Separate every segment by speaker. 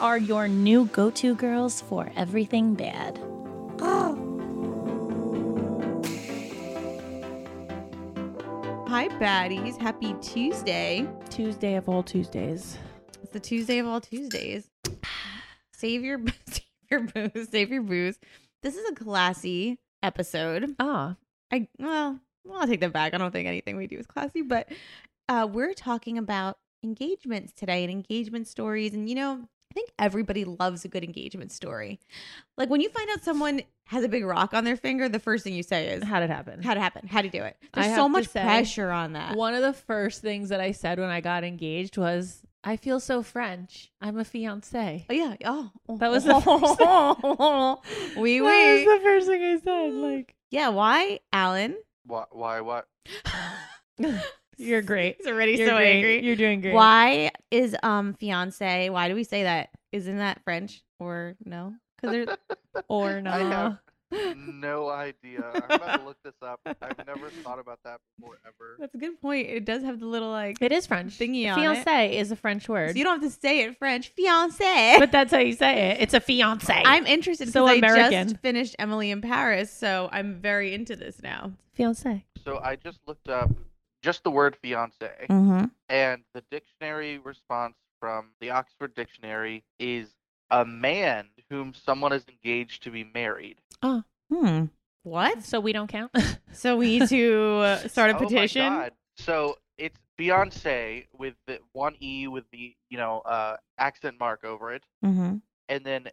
Speaker 1: are your new go to girls for everything bad.
Speaker 2: Hi, baddies. Happy Tuesday.
Speaker 3: Tuesday of all Tuesdays.
Speaker 2: It's the Tuesday of all Tuesdays. Save your, save your booze. Save your booze. This is a classy episode.
Speaker 3: Ah,
Speaker 2: I well, well, I'll take that back. I don't think anything we do is classy, but uh, we're talking about engagements today and engagement stories. And you know, I think everybody loves a good engagement story. Like when you find out someone has a big rock on their finger, the first thing you say is,
Speaker 3: how'd it happen?
Speaker 2: "How'd it happen? How'd you do it?"
Speaker 3: I
Speaker 2: There's
Speaker 3: have
Speaker 2: so
Speaker 3: to
Speaker 2: much
Speaker 3: say,
Speaker 2: pressure on that.
Speaker 3: One of the first things that I said when I got engaged was, I feel so French. I'm a fiance.
Speaker 2: Oh yeah. Oh,
Speaker 3: That was the first-
Speaker 2: we
Speaker 3: That
Speaker 2: wait.
Speaker 3: was the first thing I said. Like,
Speaker 2: yeah. Why, Alan?
Speaker 4: Why? Why? What?
Speaker 3: you're great.
Speaker 2: He's already
Speaker 3: You're
Speaker 2: so
Speaker 3: great.
Speaker 2: angry.
Speaker 3: You're doing great.
Speaker 2: Why is um fiance? Why do we say that? Isn't that French or no? Because
Speaker 3: Or
Speaker 4: I
Speaker 3: no.
Speaker 4: have no idea. I'm about to look this up. I've never thought about that before ever.
Speaker 2: that's a good point. It does have the little like.
Speaker 3: It is French.
Speaker 2: Thingy on it.
Speaker 3: fiance is a French
Speaker 2: So
Speaker 3: word.
Speaker 2: you don't have to say it French, fiance.
Speaker 3: but that's how you say it. It's a fiance.
Speaker 2: I'm interested because
Speaker 3: So
Speaker 2: I
Speaker 3: American.
Speaker 2: just finished Emily in Paris, so I'm very into this now.
Speaker 3: fiance.
Speaker 4: So I just looked up just the word fiance,
Speaker 2: Mm-hmm.
Speaker 4: and the dictionary response from the Oxford Dictionary is a man whom someone is engaged to be married.
Speaker 2: Hmm. What?
Speaker 3: So we don't count.
Speaker 2: So we need to uh, start a
Speaker 4: Oh my
Speaker 2: petition.
Speaker 4: God. So it's fiance with the one e with the you know uh, accent mark over it,
Speaker 2: Mm-hmm.
Speaker 4: and then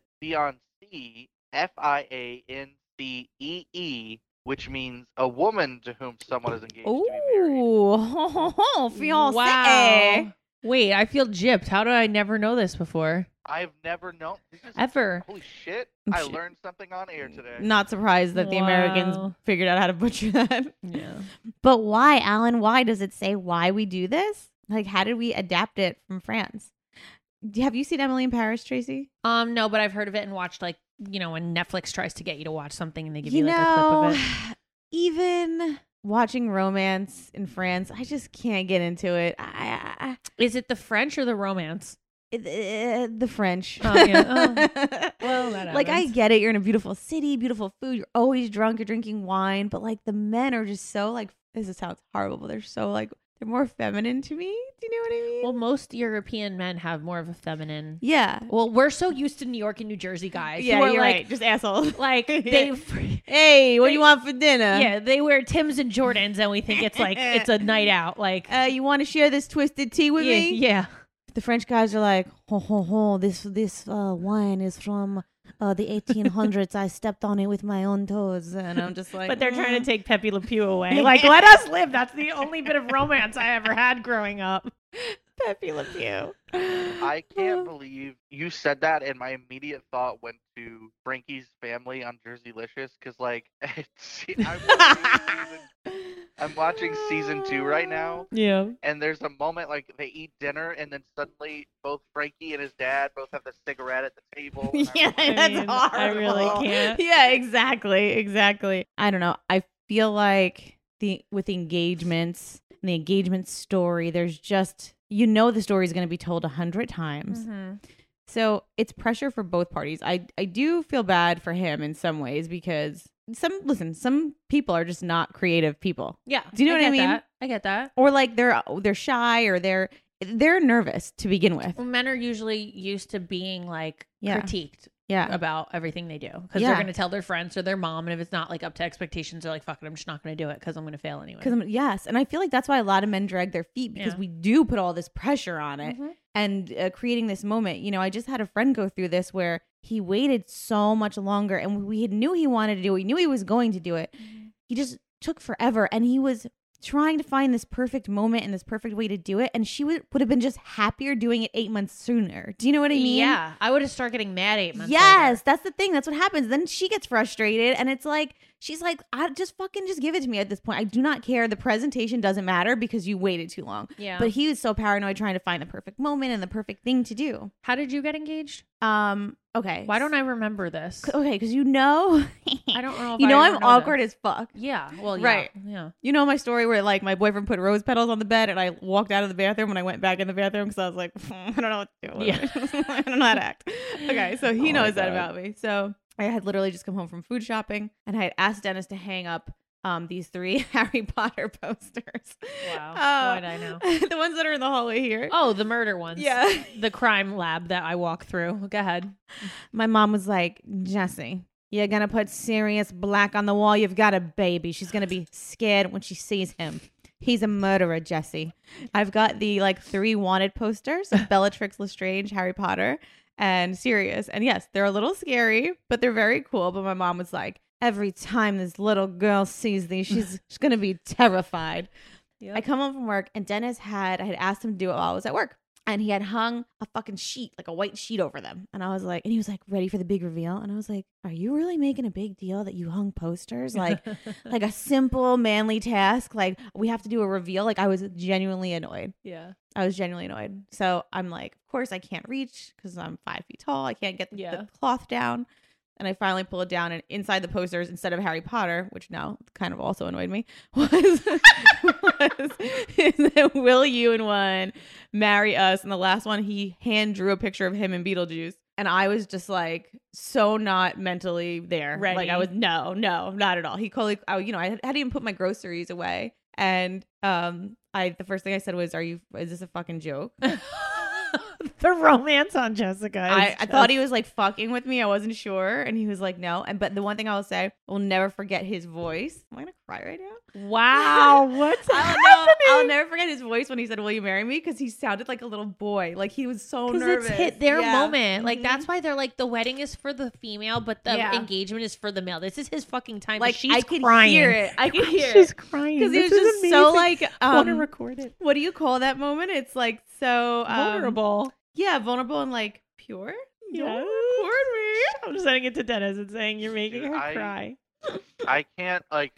Speaker 4: fiancee, F I A N C E E, which means a woman to whom someone is engaged to be married.
Speaker 2: Ooh, fiance.
Speaker 3: Wow. Wait, I feel gypped. How did I never know this before?
Speaker 4: I've never known. This is,
Speaker 3: Ever.
Speaker 4: holy shit! I
Speaker 2: Shit.
Speaker 4: learned something on air today.
Speaker 2: Not surprised that the Americans
Speaker 3: Wow.
Speaker 2: figured out how to butcher that.
Speaker 3: Yeah.
Speaker 2: But why, Alan? Why does it say why we do this? Like, how did we adapt it from France? D- Have you seen Emily in Paris, Tracy?
Speaker 3: Um, no, but I've heard of it and watched like you know when Netflix tries to get you to watch something and they give you,
Speaker 2: you
Speaker 3: like
Speaker 2: know,
Speaker 3: a clip of it.
Speaker 2: even watching romance in France, I just can't get into it. I, I, I
Speaker 3: Is it the French or the romance?
Speaker 2: it- it- the French.
Speaker 3: Oh, yeah. Well, that
Speaker 2: like I
Speaker 3: happens.
Speaker 2: get it. You're in a beautiful city, beautiful food. You're always drunk. You're drinking wine, but like the men are just so like this. Is, sounds horrible. But they're so like they're more feminine to me. Do you know what I mean?
Speaker 3: Well, most European men have more of a feminine.
Speaker 2: yeah,
Speaker 3: Well, we're so used to New York and New Jersey guys. who
Speaker 2: yeah.
Speaker 3: are
Speaker 2: You're
Speaker 3: like,
Speaker 2: right. Just assholes.
Speaker 3: Like they,
Speaker 2: hey, what do
Speaker 3: They-
Speaker 2: you want for dinner?
Speaker 3: yeah, they wear Tims and Jordans, and we think it's like it's a night out. Like
Speaker 2: Uh, you want to share this twisted tea with
Speaker 3: yeah,
Speaker 2: me?
Speaker 3: yeah.
Speaker 2: The French guys are like, ho ho ho. This this uh, wine is from uh, the 1800s. I stepped on it with my own toes, and I'm just like.
Speaker 3: But they're trying
Speaker 2: "Mm."
Speaker 3: to take Pepe Le Pew away. Like, let us live. That's the only bit of romance I ever had growing up.
Speaker 2: Pepe Le Pew.
Speaker 4: I can't believe you said that, and my immediate thought went to Frankie's family on Jersey Licious because, like, it's, I'm, watching season, I'm watching season two right now,
Speaker 3: Yeah.
Speaker 4: and there's a moment like they eat dinner, and then suddenly both Frankie and his dad both have the cigarette at the table. and I'm
Speaker 2: yeah,
Speaker 4: like,
Speaker 2: that's
Speaker 3: mean,
Speaker 2: horrible.
Speaker 3: I really can't.
Speaker 2: Yeah, exactly, exactly. I don't know. I feel like the with engagements and the engagement story, there's just you know the story is going to be told a hundred times.
Speaker 3: Mm-hmm.
Speaker 2: So it's pressure for both parties. I I do feel bad for him in some ways because some listen, some people are just not creative people
Speaker 3: Yeah.
Speaker 2: Do you know what I
Speaker 3: get
Speaker 2: mean?
Speaker 3: that. I get that.
Speaker 2: or like they're they're shy or they're they're nervous to begin with.
Speaker 3: Well, men are usually used to being like
Speaker 2: Yeah.
Speaker 3: critiqued
Speaker 2: Yeah.
Speaker 3: about everything they do because
Speaker 2: Yeah.
Speaker 3: they're going to tell their friends or their mom, and if it's not like up to expectations, they're like, "Fuck it, I'm just not going to do it because I'm going to fail anyway."
Speaker 2: Because yes, and I feel like that's why a lot of men drag their feet because
Speaker 3: Yeah.
Speaker 2: we do put all this pressure on
Speaker 1: Mm-hmm.
Speaker 5: Mm-hmm.
Speaker 2: it
Speaker 3: Mhm.
Speaker 2: and uh, creating this moment. You know, I just had a friend go through this where he waited so much longer, and we had knew he wanted to do it. We knew he was going to do it. He just took forever, and he was trying to find this perfect moment and this perfect way to do it. And she would would have been just happier doing it eight months sooner. Do you know what I mean?
Speaker 3: yeah, I would have started getting mad eight months.
Speaker 2: Yes,
Speaker 3: later.
Speaker 2: that's the thing. That's what happens. Then she gets frustrated, and it's like She's like, I just fucking just give it to me at this point. I do not care. The presentation doesn't matter because you waited too long.
Speaker 3: Yeah.
Speaker 2: But he was so paranoid trying to find the perfect moment and the perfect thing to do.
Speaker 3: how did you get engaged?
Speaker 2: Um, okay.
Speaker 3: Why don't I remember this?
Speaker 2: Okay, because you know,
Speaker 3: I don't know.
Speaker 2: oh,
Speaker 3: If
Speaker 2: you
Speaker 3: I
Speaker 2: know, I'm
Speaker 3: even
Speaker 2: awkward
Speaker 3: this.
Speaker 2: as fuck.
Speaker 3: Yeah. Well. Yeah.
Speaker 2: Right.
Speaker 3: Yeah.
Speaker 2: You know my story where like my boyfriend put rose petals on the bed and I walked out of the bathroom and I went back in the bathroom because I was like, I don't know what to do. Yeah. I don't know how to act. Okay, so
Speaker 3: Oh
Speaker 2: he
Speaker 3: my
Speaker 2: knows that
Speaker 3: God.
Speaker 2: about me. So I had literally just come home from food shopping and I had asked Dennis to hang up um, these three Harry Potter posters.
Speaker 3: Wow.
Speaker 2: Uh,
Speaker 3: Why'd I know?
Speaker 2: the ones that are in the hallway here.
Speaker 3: Oh, the murder ones.
Speaker 2: yeah.
Speaker 3: The crime lab that I walk through. Go ahead.
Speaker 2: My mom was like, Jesse, you're gonna put serious black on the wall. You've got a baby. She's gonna be scared when she sees him. He's a murderer, Jesse. I've got the like three wanted posters of Bellatrix Lestrange, Harry Potter, and Sirius. And yes, they're a little scary, but they're very cool. But my mom was like, every time this little girl sees these, she's, she's gonna be terrified.
Speaker 3: Yeah.
Speaker 2: I come home from work and Dennis had I had asked him to do it while I was at work. And he had hung a fucking sheet, like a white sheet over them. And I was like, and he was like, ready for the big reveal. And I was like, are you really making a big deal that you hung posters? Like, like a simple manly task. Like, we have to do a reveal. Like, I was genuinely annoyed.
Speaker 3: yeah.
Speaker 2: I was genuinely annoyed. So I'm like, of course I can't reach because I'm five feet tall. I can't get the, the
Speaker 3: Yeah.
Speaker 2: cloth down. And I finally pull it down, and inside the posters, instead of Harry Potter, which now kind of also annoyed me, was, was Will You and one marry us? And the last one, he hand drew a picture of him in Beetlejuice. And I was just like so not mentally there. Like
Speaker 3: Ready.
Speaker 2: I was no, no, not at all. He called, I, you know, I hadn't even put my groceries away, and um, I the first thing I said was, "Are you? Is this a fucking joke?"
Speaker 3: the romance on Jessica. is
Speaker 2: I, I
Speaker 3: just-
Speaker 2: thought he was like fucking with me. I wasn't sure, and he was like, "No." And but the one thing I will say, I'll never forget his voice. Am I gonna cry right now?
Speaker 3: Wow. What's
Speaker 2: I'll,
Speaker 3: happening?
Speaker 2: I'll never forget his voice when he said, "Will you marry me?" Because he sounded like a little boy. Like he was so
Speaker 3: because
Speaker 2: nervous.
Speaker 3: it's hit their
Speaker 2: Yeah.
Speaker 3: moment. Like
Speaker 2: Mhm.
Speaker 3: that's why they're like the wedding is for the female, but the
Speaker 2: Yeah.
Speaker 3: engagement is for the male. This is his fucking time.
Speaker 2: Like
Speaker 3: she's
Speaker 2: I could
Speaker 3: crying.
Speaker 2: hear it. I could hear
Speaker 6: She's
Speaker 2: it
Speaker 6: crying.
Speaker 2: because he was
Speaker 6: This is
Speaker 2: just
Speaker 6: amazing.
Speaker 2: so like
Speaker 6: I want to
Speaker 2: um,
Speaker 6: record it.
Speaker 2: what do you call that moment? It's like so um,
Speaker 6: Vulnerable.
Speaker 2: Yeah, vulnerable and like pure. You wanna
Speaker 6: Yeah.
Speaker 2: record
Speaker 6: I'm sending it to Dennis and saying you're making
Speaker 4: Dude,
Speaker 6: her
Speaker 4: I-
Speaker 6: cry.
Speaker 4: I can't like.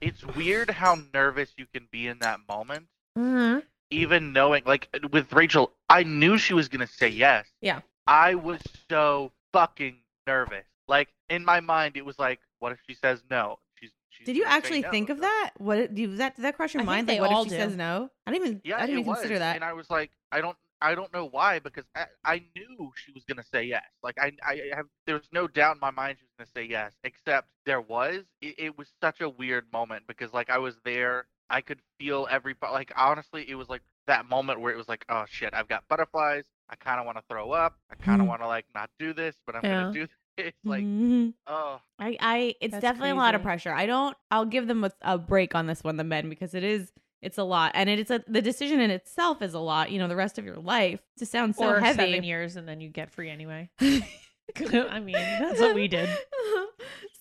Speaker 4: It's weird how nervous you can be in that moment,
Speaker 2: Mm-hmm.
Speaker 3: Mhm.
Speaker 4: even knowing like with Rachel, I knew she was gonna say yes.
Speaker 3: Yeah.
Speaker 4: I was so fucking nervous. Like in my mind, it was like, what if she says no? She's. she's
Speaker 2: Did you
Speaker 4: gonna say
Speaker 2: actually
Speaker 4: no.
Speaker 2: think of that? What did you- that did that cross your
Speaker 3: I think
Speaker 2: mind?
Speaker 3: they
Speaker 2: Like, what
Speaker 3: all
Speaker 2: if she
Speaker 3: do.
Speaker 2: says no? I didn't even
Speaker 4: Yeah,
Speaker 2: I didn't
Speaker 4: it
Speaker 2: even
Speaker 4: was.
Speaker 2: consider that.
Speaker 4: And I was like, I don't, I don't know why, because I, I knew she was gonna say yes. Like I, I have, there was no doubt in my mind she was gonna say yes. Except there was. It, it was such a weird moment because like I was there, I could feel every, bu- like honestly, it was like that moment where it was like, oh shit, I've got butterflies. I kind of want to throw up. I kind
Speaker 2: Mm.
Speaker 4: of
Speaker 3: Mhm.
Speaker 4: want to like not do this, but I'm gonna do this. Like,
Speaker 2: Mhm.
Speaker 4: oh,
Speaker 2: I, I it's
Speaker 3: That's
Speaker 2: definitely a lot of
Speaker 3: crazy.
Speaker 2: pressure. I don't I'll give them a, a break on this one, the men, because it is it's a lot. And it's a the decision in itself is a lot, you know, the rest of your life. To sound so
Speaker 3: or
Speaker 2: heavy.
Speaker 3: seven years, and then you get free anyway. I mean, that's what we did.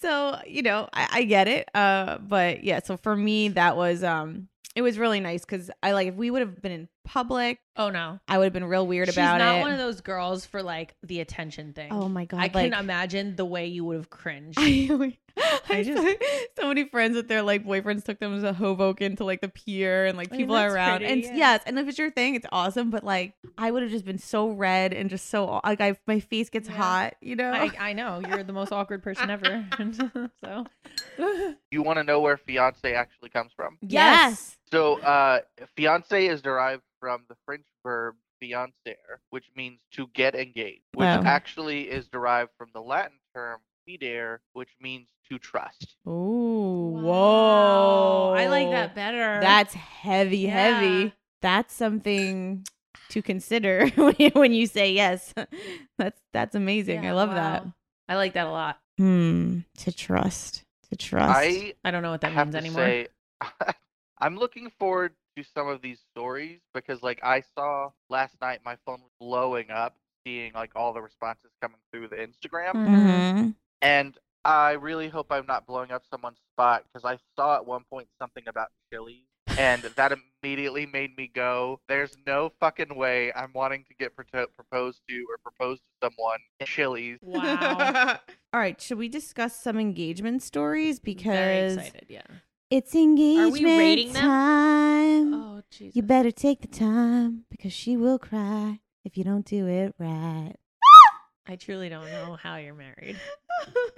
Speaker 2: so you know I, I get it uh but yeah so for me that was um it was really nice because i like if we would have been in public
Speaker 3: Oh no,
Speaker 2: i would have been real weird
Speaker 3: she's
Speaker 2: about
Speaker 3: not
Speaker 2: it
Speaker 3: one of those girls for like the attention thing.
Speaker 2: oh my god
Speaker 3: I
Speaker 2: like,
Speaker 3: can imagine the way you would have cringed.
Speaker 2: I, I
Speaker 6: just-
Speaker 2: just so many friends with their like boyfriends took them to Hoboken to like the pier and like
Speaker 3: I mean,
Speaker 2: people are
Speaker 3: Oh, that's
Speaker 2: around
Speaker 3: pretty,
Speaker 2: and
Speaker 3: yeah.
Speaker 2: yes and if it's your thing it's awesome but like I would have just been so red and just so like I my face gets
Speaker 3: Yeah.
Speaker 2: hot you know
Speaker 3: I, I know you're the most awkward person ever. so
Speaker 4: you want to know where fiance actually comes from?
Speaker 2: yes
Speaker 4: So, uh, fiance is derived from the French verb fiancer, which means to get engaged, which
Speaker 3: Oh.
Speaker 2: Wow.
Speaker 4: actually is derived from the Latin term fidere, which means to trust.
Speaker 2: Ooh, whoa
Speaker 3: Wow. I like that better.
Speaker 2: That's heavy,
Speaker 3: Yeah.
Speaker 2: heavy. That's something to consider when you- when you say yes. That's that's amazing. I
Speaker 3: Yeah,
Speaker 2: love
Speaker 3: wow.
Speaker 2: that.
Speaker 3: I like that a lot.
Speaker 2: Hmm. To trust. To trust.
Speaker 4: I
Speaker 3: I don't know what that
Speaker 4: have
Speaker 3: means
Speaker 4: to
Speaker 3: anymore.
Speaker 4: say, I'm looking forward to some of these stories because, like, I saw last night my phone was blowing up seeing like all the responses coming through the Instagram.
Speaker 1: Mm-hmm.
Speaker 2: Mhm.
Speaker 4: And I really hope I'm not blowing up someone's spot because I saw at one point something about chilies and that immediately made me go, "There's no fucking way I'm wanting to get proto- proposed to or propose to someone." in Chili's.
Speaker 6: Wow.
Speaker 2: All right, should we discuss some engagement stories
Speaker 3: Very
Speaker 2: because
Speaker 3: excited, yeah.
Speaker 2: it's engagement
Speaker 7: rating them?
Speaker 2: time?
Speaker 3: Oh, Jesus.
Speaker 2: Mm, You better take the time because she will cry if you don't do it right.
Speaker 3: I truly don't know how you're married.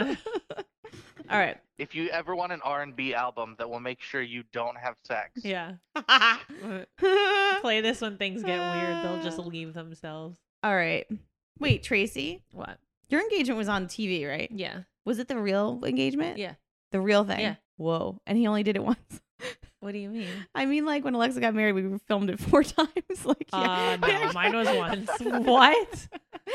Speaker 2: All right.
Speaker 4: If you ever want an R&B album that will make sure you don't have sex,
Speaker 3: Yeah. Play this when things get weird. They'll just leave themselves.
Speaker 2: All right. Wait, Tracy,
Speaker 3: What?
Speaker 2: your engagement was on TV, right?
Speaker 3: Yeah.
Speaker 2: Was it the real engagement?
Speaker 3: Yeah.
Speaker 2: The real thing?
Speaker 3: Yeah.
Speaker 2: Whoa. And he only did it once.
Speaker 3: What do you mean?
Speaker 2: I mean, like when Alexa got married, we filmed it four times. Like, yeah.
Speaker 3: Uh, no, mine was once. What?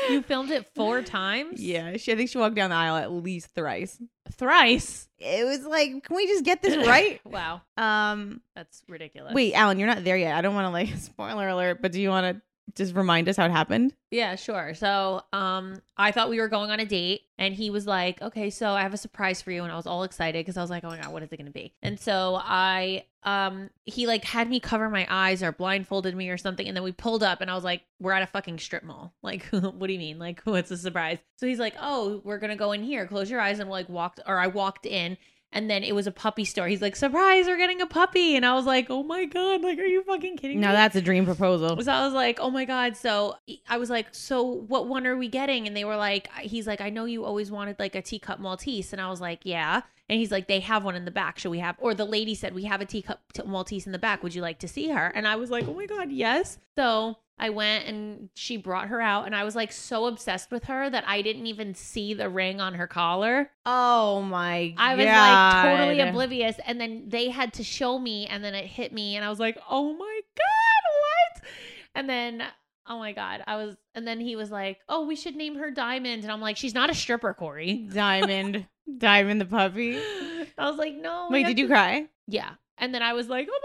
Speaker 3: You filmed it four times?
Speaker 2: Yeah, she, I think she walked down the aisle at least thrice.
Speaker 3: Thrice.
Speaker 2: It was like, can we just get this right?
Speaker 3: Wow.
Speaker 2: Um,
Speaker 3: That's ridiculous.
Speaker 2: wait, Alan, you're not there yet. I don't want to like spoiler alert, but do you want to just remind us how it happened?
Speaker 3: Yeah, sure. So, um, I thought we were going on a date, and he was like, "Okay, so I have a surprise for you," and I was all excited because I was like, "Oh my god, what is it going to be?" And so I, um, he like had me cover my eyes or blindfolded me or something, and then we pulled up, and I was like, "We're at a fucking strip mall. Like, what do you mean? Like, what's the surprise?" So he's like, "Oh, we're gonna go in here. Close your eyes," and like walked, or I walked in. And then it was a puppy store. He's like, "Surprise, we're getting a puppy!" And I was like, "Oh my god! Like, are you fucking kidding
Speaker 2: Now
Speaker 3: me?"
Speaker 2: that's a dream proposal.
Speaker 3: So I was like, oh my God. So I was like, so what one are we getting? And they were like, he's like, I know you always wanted like a teacup Maltese. And I was like, yeah. And he's like, they have one in the back. Should we have? Or the lady said, we have a teacup t- Maltese in the back. Would you like to see her? And I was like, oh my God, yes. So I went and she brought her out. And I was like so obsessed with her that I didn't even see the ring on her collar.
Speaker 2: Oh my
Speaker 3: I was like totally oblivious. And then they had to show me, and then it hit me, and I was like, oh my God, what? And then, oh my God, I was, and then he was like, oh, we should name her Diamond. And I'm like, she's not a stripper, Corey.
Speaker 2: Diamond, Diamond the puppy.
Speaker 3: I was like, no. we
Speaker 2: Wait,
Speaker 3: have
Speaker 2: did you
Speaker 3: to-"
Speaker 2: cry?
Speaker 3: Yeah. And then I was like, oh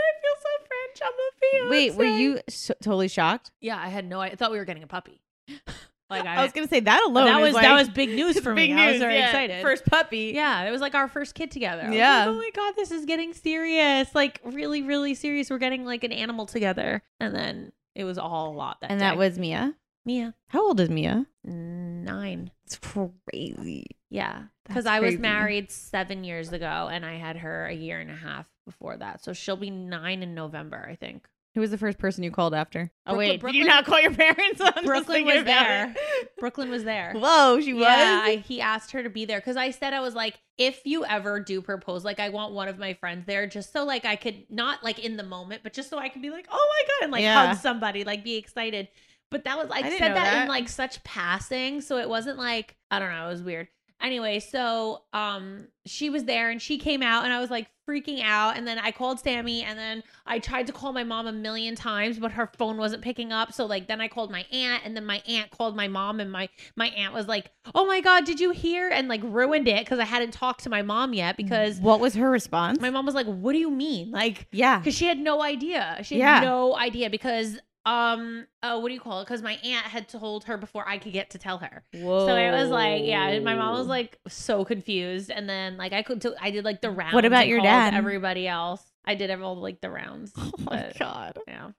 Speaker 3: my God, I feel so French. I'm a
Speaker 2: Wait,
Speaker 3: fiance.
Speaker 2: were you so- totally shocked?
Speaker 3: Yeah, I had no I thought we were getting a puppy. Like, I,
Speaker 2: I was gonna say that alone.
Speaker 3: that
Speaker 2: is,
Speaker 3: was that
Speaker 2: like-
Speaker 3: was big news for
Speaker 2: big
Speaker 3: me. I was
Speaker 2: news,
Speaker 3: very
Speaker 2: yeah.
Speaker 3: excited.
Speaker 2: First puppy.
Speaker 3: Yeah, it was like our first kid together. I was
Speaker 2: Yeah.
Speaker 3: like, oh my god, this is getting serious. Like really, really serious. We're getting like an animal together, and then it was all a lot. That
Speaker 2: And
Speaker 3: day.
Speaker 2: that was Mia.
Speaker 3: Mia
Speaker 2: How old is Mia?
Speaker 3: nine.
Speaker 2: It's crazy.
Speaker 3: Yeah,
Speaker 2: That's
Speaker 3: because I was
Speaker 2: crazy.
Speaker 3: married seven years ago, and I had her a year and a half before that. So she'll be nine in November, I think.
Speaker 2: Who was the first person you called after? Oh
Speaker 3: Brooklyn-
Speaker 2: wait, did you
Speaker 3: Brooklyn-
Speaker 2: not call your parents? I'm just
Speaker 3: Brooklyn
Speaker 2: thinking
Speaker 3: was
Speaker 2: about
Speaker 3: there.
Speaker 2: it.
Speaker 3: Brooklyn was there.
Speaker 2: Whoa, she was.
Speaker 3: Yeah, I, he asked her to be there because I said I was like, if you ever do propose, like I want one of my friends there, just so like I could not like in the moment, but just so I could be like, oh my god, and like
Speaker 2: Yeah.
Speaker 3: hug somebody, like be excited. But that was I,
Speaker 2: I didn't
Speaker 3: said
Speaker 2: know
Speaker 3: that,
Speaker 2: that.
Speaker 3: in like such passing, so it wasn't like I don't know, it was weird. Anyway, so um she was there and she came out and I was like freaking out and then I called Sammy and then I tried to call my mom a million times but her phone wasn't picking up so like then I called my aunt and then my aunt called my mom and my my aunt was like, "Oh my god, did you hear?" and like ruined it cuz I hadn't talked to my mom yet because
Speaker 2: What was her response?
Speaker 3: my mom was like, "What do you mean?" like
Speaker 2: yeah.
Speaker 3: because she had no idea. She had
Speaker 2: Yeah.
Speaker 3: no idea because um uh, what do you call it? Because my aunt had told her before I could get to tell her.
Speaker 2: Whoa.
Speaker 3: So it was like, yeah, my mom was like so confused, and then like I could, I did like the rounds.
Speaker 2: What about
Speaker 3: and
Speaker 2: your
Speaker 3: called
Speaker 2: dad?
Speaker 3: Everybody else, I did all like the rounds.
Speaker 2: Oh my
Speaker 3: but,
Speaker 2: god.
Speaker 3: Yeah,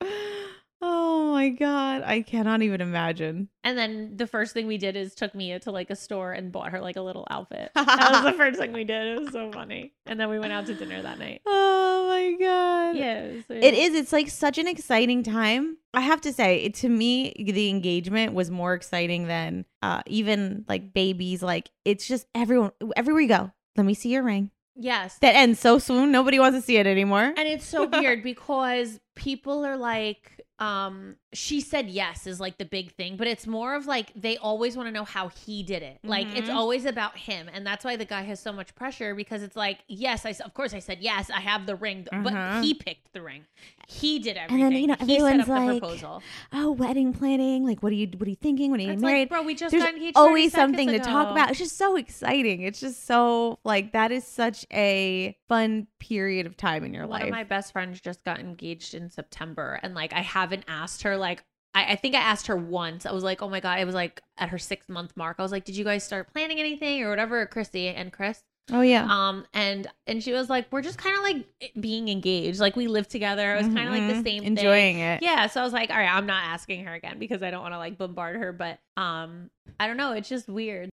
Speaker 2: Oh my god. I cannot even imagine.
Speaker 3: and then the first thing we did is took Mia to like a store and bought her like a little outfit. that was the first thing we did. It was so funny, and then we went out to dinner that night.
Speaker 2: Oh my god.
Speaker 3: Yeah, it, was,
Speaker 2: It is. It's like such an exciting time. I have to say, it, to me, the engagement was more exciting than uh, even like babies. Like it's just everyone, everywhere you go, let me see your ring.
Speaker 3: Yes,
Speaker 2: That ends so soon. Nobody wants to see it anymore.
Speaker 3: And it's so weird because people are like, um, she said yes is like the big thing, but it's more of like they always want to know how he did it. Like it's
Speaker 2: Mhm.
Speaker 3: always about him, and that's why the guy has so much pressure because it's like, yes, I s- of course I said yes, I have the ring,
Speaker 2: Uh-huh.
Speaker 3: but he picked the ring, he did
Speaker 2: then,
Speaker 3: everything,
Speaker 2: you know,
Speaker 3: he set up
Speaker 2: everyone's
Speaker 3: the
Speaker 2: like,
Speaker 3: proposal.
Speaker 2: Oh, wedding planning. Like, what are you? What are you thinking? When are you
Speaker 3: It's
Speaker 2: married?
Speaker 3: like, bro, we just
Speaker 2: There's
Speaker 3: got engaged. 30
Speaker 2: always
Speaker 3: seconds
Speaker 2: something to talk
Speaker 3: ago.
Speaker 2: about. It's just so exciting. It's just so like that is such a fun period of time in your
Speaker 3: One
Speaker 2: life.
Speaker 3: of my best friends just got engaged in September, and like I haven't asked her. Like I, I think I asked her once. I was like, oh my god, it was like at her six month mark. I was like, did you guys start planning anything or whatever? Christy and Chris.
Speaker 2: Oh yeah.
Speaker 3: Um, and and she was like, we're just kind of like e, being engaged. Like we live together. It was kind of like
Speaker 2: Mhm.
Speaker 3: the same thing.
Speaker 2: Enjoying it.
Speaker 3: Yeah, so I was like, all right, I'm not asking her again because I don't want to like bombard her, but um I don't know, it's just weird.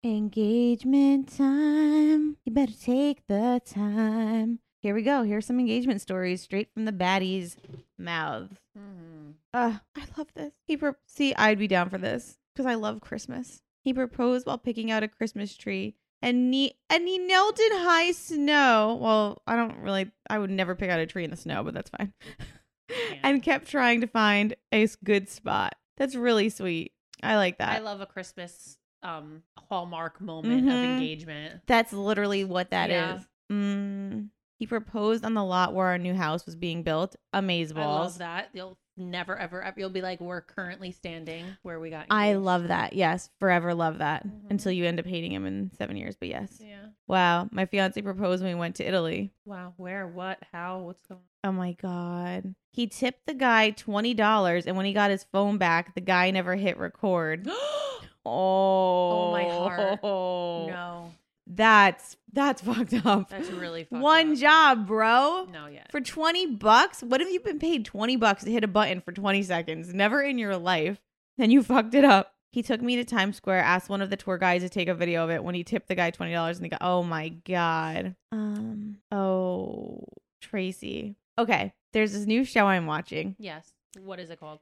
Speaker 2: Engagement time. You better take the time. Here we go. Here's some engagement stories straight from the baddies' mouths.
Speaker 6: Uh, I love this. He pro- see, I'd be down for this because I love Christmas. He proposed while picking out a Christmas tree, and he and he knelt in high snow. Well, I don't really. I would never pick out a tree in the snow, but that's fine. and kept trying to find a s- good spot. That's really sweet. I like that.
Speaker 3: I love a Christmas um hallmark moment of
Speaker 6: Mhm.
Speaker 3: engagement.
Speaker 6: That's literally what that is.
Speaker 3: Yeah.
Speaker 6: Mm.
Speaker 2: He proposed on the lot where our new house was being built. Amazeballs.
Speaker 3: I love that. You'll never ever ever you'll be like, we're currently standing where we got
Speaker 2: I
Speaker 3: engaged."
Speaker 2: love that. Yes, forever love that
Speaker 3: Mhm.
Speaker 2: until you end up hating him in seven years. But yes,
Speaker 3: Yeah.
Speaker 2: wow. My fiance proposed when we went to Italy.
Speaker 3: Wow, where, what, how, what's going
Speaker 2: Oh my god. He tipped the guy twenty dollars, and when he got his phone back, the guy never hit record.
Speaker 3: on?
Speaker 2: Oh,
Speaker 3: my heart.
Speaker 2: No.
Speaker 3: no.
Speaker 2: Oh. That's that's fucked up.
Speaker 3: That's really fucked
Speaker 2: One
Speaker 3: up.
Speaker 2: job, bro.
Speaker 3: No yet.
Speaker 2: For 20 bucks? What if you've been paid 20 bucks to hit a button for 20 seconds? Never in your life. Then you fucked it up. He took me to Times Square, asked one of the tour guys to take a video of it when he tipped the guy $20 and he go, "Oh my god." Um, oh, Tracy. Okay, there's this new show I'm watching.
Speaker 3: Yes. What is it called?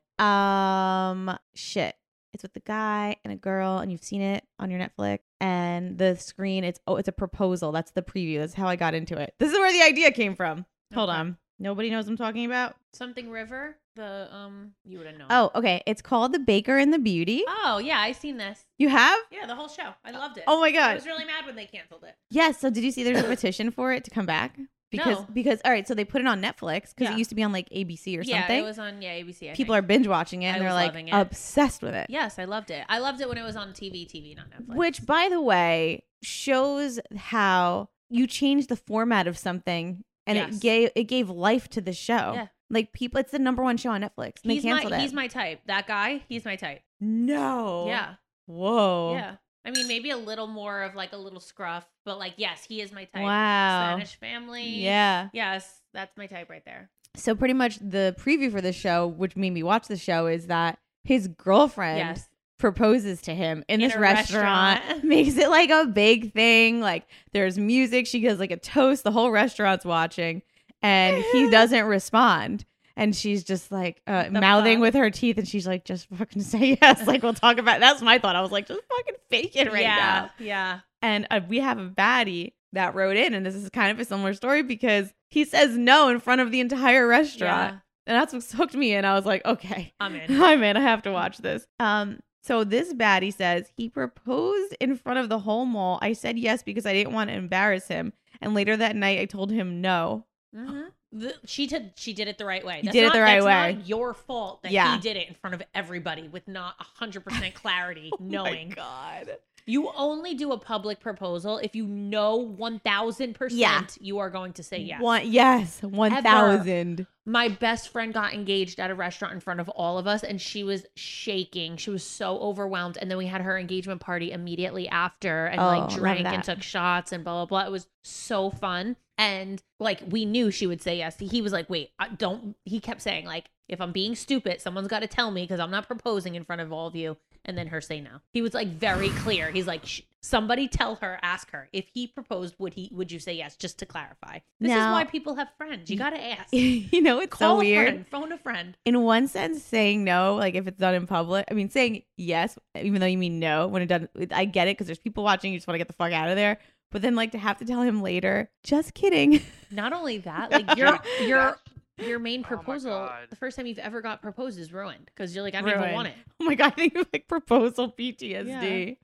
Speaker 2: Um, shit. It's with the guy and a girl, and you've seen it on your Netflix. And the screen, it's oh, it's a proposal. That's the preview. That's how I got into it. This is where the idea came from. Hold
Speaker 3: Okay.
Speaker 2: on. Nobody knows what I'm talking about.
Speaker 3: Something River? The um you would have known.
Speaker 2: Oh, okay. It's called The Baker and the Beauty.
Speaker 3: Oh yeah, I seen this.
Speaker 2: You have?
Speaker 3: Yeah, the whole show. I loved it.
Speaker 2: Oh my
Speaker 3: I
Speaker 2: god.
Speaker 3: was really mad when they canceled it.
Speaker 2: Yes. So did you see there's a petition for it to come back? Because
Speaker 3: No.
Speaker 2: because all right, so they put it on Netflix because
Speaker 3: Yeah.
Speaker 2: it used to be on like ABC or
Speaker 3: yeah,
Speaker 2: something.
Speaker 3: it was on yeah ABC. I
Speaker 2: People are
Speaker 3: think.
Speaker 2: binge watching it and
Speaker 3: I
Speaker 2: they're
Speaker 3: was
Speaker 2: like
Speaker 3: loving it.
Speaker 2: obsessed with it.
Speaker 3: Yes, I loved it. I loved it when it was on TV, TV, not Netflix.
Speaker 2: Which, by the way, shows how you change the format of something, and
Speaker 3: Yes.
Speaker 2: it gave it gave life to the show.
Speaker 3: Yeah.
Speaker 2: Like people, it's the number one show on Netflix. And
Speaker 3: he's
Speaker 2: they
Speaker 3: my
Speaker 2: canceled it.
Speaker 3: he's my type. That guy, he's my type.
Speaker 2: no.
Speaker 3: Yeah,
Speaker 2: Whoa.
Speaker 3: yeah. I mean, maybe a little more of like a little scruff, but like yes, he is my type.
Speaker 2: Wow.
Speaker 3: Spanish family.
Speaker 2: Yeah.
Speaker 3: Yes, that's my type right there.
Speaker 2: So pretty much the preview for the show, which made me watch the show, is that his girlfriend
Speaker 3: yes.
Speaker 2: proposes to him in,
Speaker 3: In
Speaker 2: this
Speaker 3: a
Speaker 2: restaurant,
Speaker 3: restaurant.
Speaker 2: makes it like a big thing like there's music she gives like a toast the whole restaurant's watching and he doesn't respond and she's just like uh,
Speaker 3: the
Speaker 2: mouthing
Speaker 3: fuck?
Speaker 2: with her teeth and she's like just fucking say yes like we'll talk about that's my thought i was like just fucking fake it right
Speaker 3: yeah.
Speaker 2: now
Speaker 3: Yeah.
Speaker 2: and uh, we have a baddie that wrote in and this is kind of a similar story because he says no in front of the entire restaurant
Speaker 3: Yeah.
Speaker 2: and that's what hooked me in i was like okay
Speaker 3: I'm in.
Speaker 2: Hi, man. I have to watch this. Um, so this baddie says he proposed in front of the whole mall. I said yes because I didn't want to embarrass him. And later that night, I told him no.
Speaker 3: hmm The, she did. She did it the right way.
Speaker 2: You did it the right
Speaker 3: that's
Speaker 2: way.
Speaker 3: Not your fault that
Speaker 2: Yeah.
Speaker 3: he did it in front of everybody with not hundred percent clarity, knowing
Speaker 2: Oh God.
Speaker 3: you only do a public proposal if you know one thousand
Speaker 2: Yeah.
Speaker 3: percent you are going to say yes.
Speaker 2: One, yes, one thousand.
Speaker 3: My best friend got engaged at a restaurant in front of all of us, and she was shaking. She was so overwhelmed. And then we had her engagement party immediately after, and
Speaker 2: Oh,
Speaker 3: like
Speaker 2: love
Speaker 3: drank and
Speaker 2: that.
Speaker 3: took shots and blah blah blah. It was so fun. And like we knew she would say yes. He was like, "Wait, I don't." He kept saying like, "If I'm being stupid, someone's got to tell me because I'm not proposing in front of all of you." And then her say no. He was like very clear. He's like, "Sh- "Somebody tell her, ask her if he proposed. Would he? Would you say yes?" Just to clarify. This is
Speaker 2: Now-
Speaker 3: why people have friends. You gotta ask
Speaker 2: you know, it's
Speaker 3: call
Speaker 2: so weird.
Speaker 3: a friend, phone a friend.
Speaker 2: In one sense, saying no, like if it's done in public, I mean, saying yes, even though you mean no, when it done, I get it because there's people watching. You just want to get the fuck out of there. But then, like, to have to tell him later, just kidding.
Speaker 3: Not only that, like your
Speaker 4: Dude,
Speaker 3: your
Speaker 4: that's-
Speaker 3: your main
Speaker 4: Oh my
Speaker 3: proposal,
Speaker 4: God.
Speaker 3: the first time you've ever got proposed is ruined because you're like, I don't even
Speaker 2: Ruined.
Speaker 3: want it.
Speaker 2: Oh my god, I think of like proposal PTSD.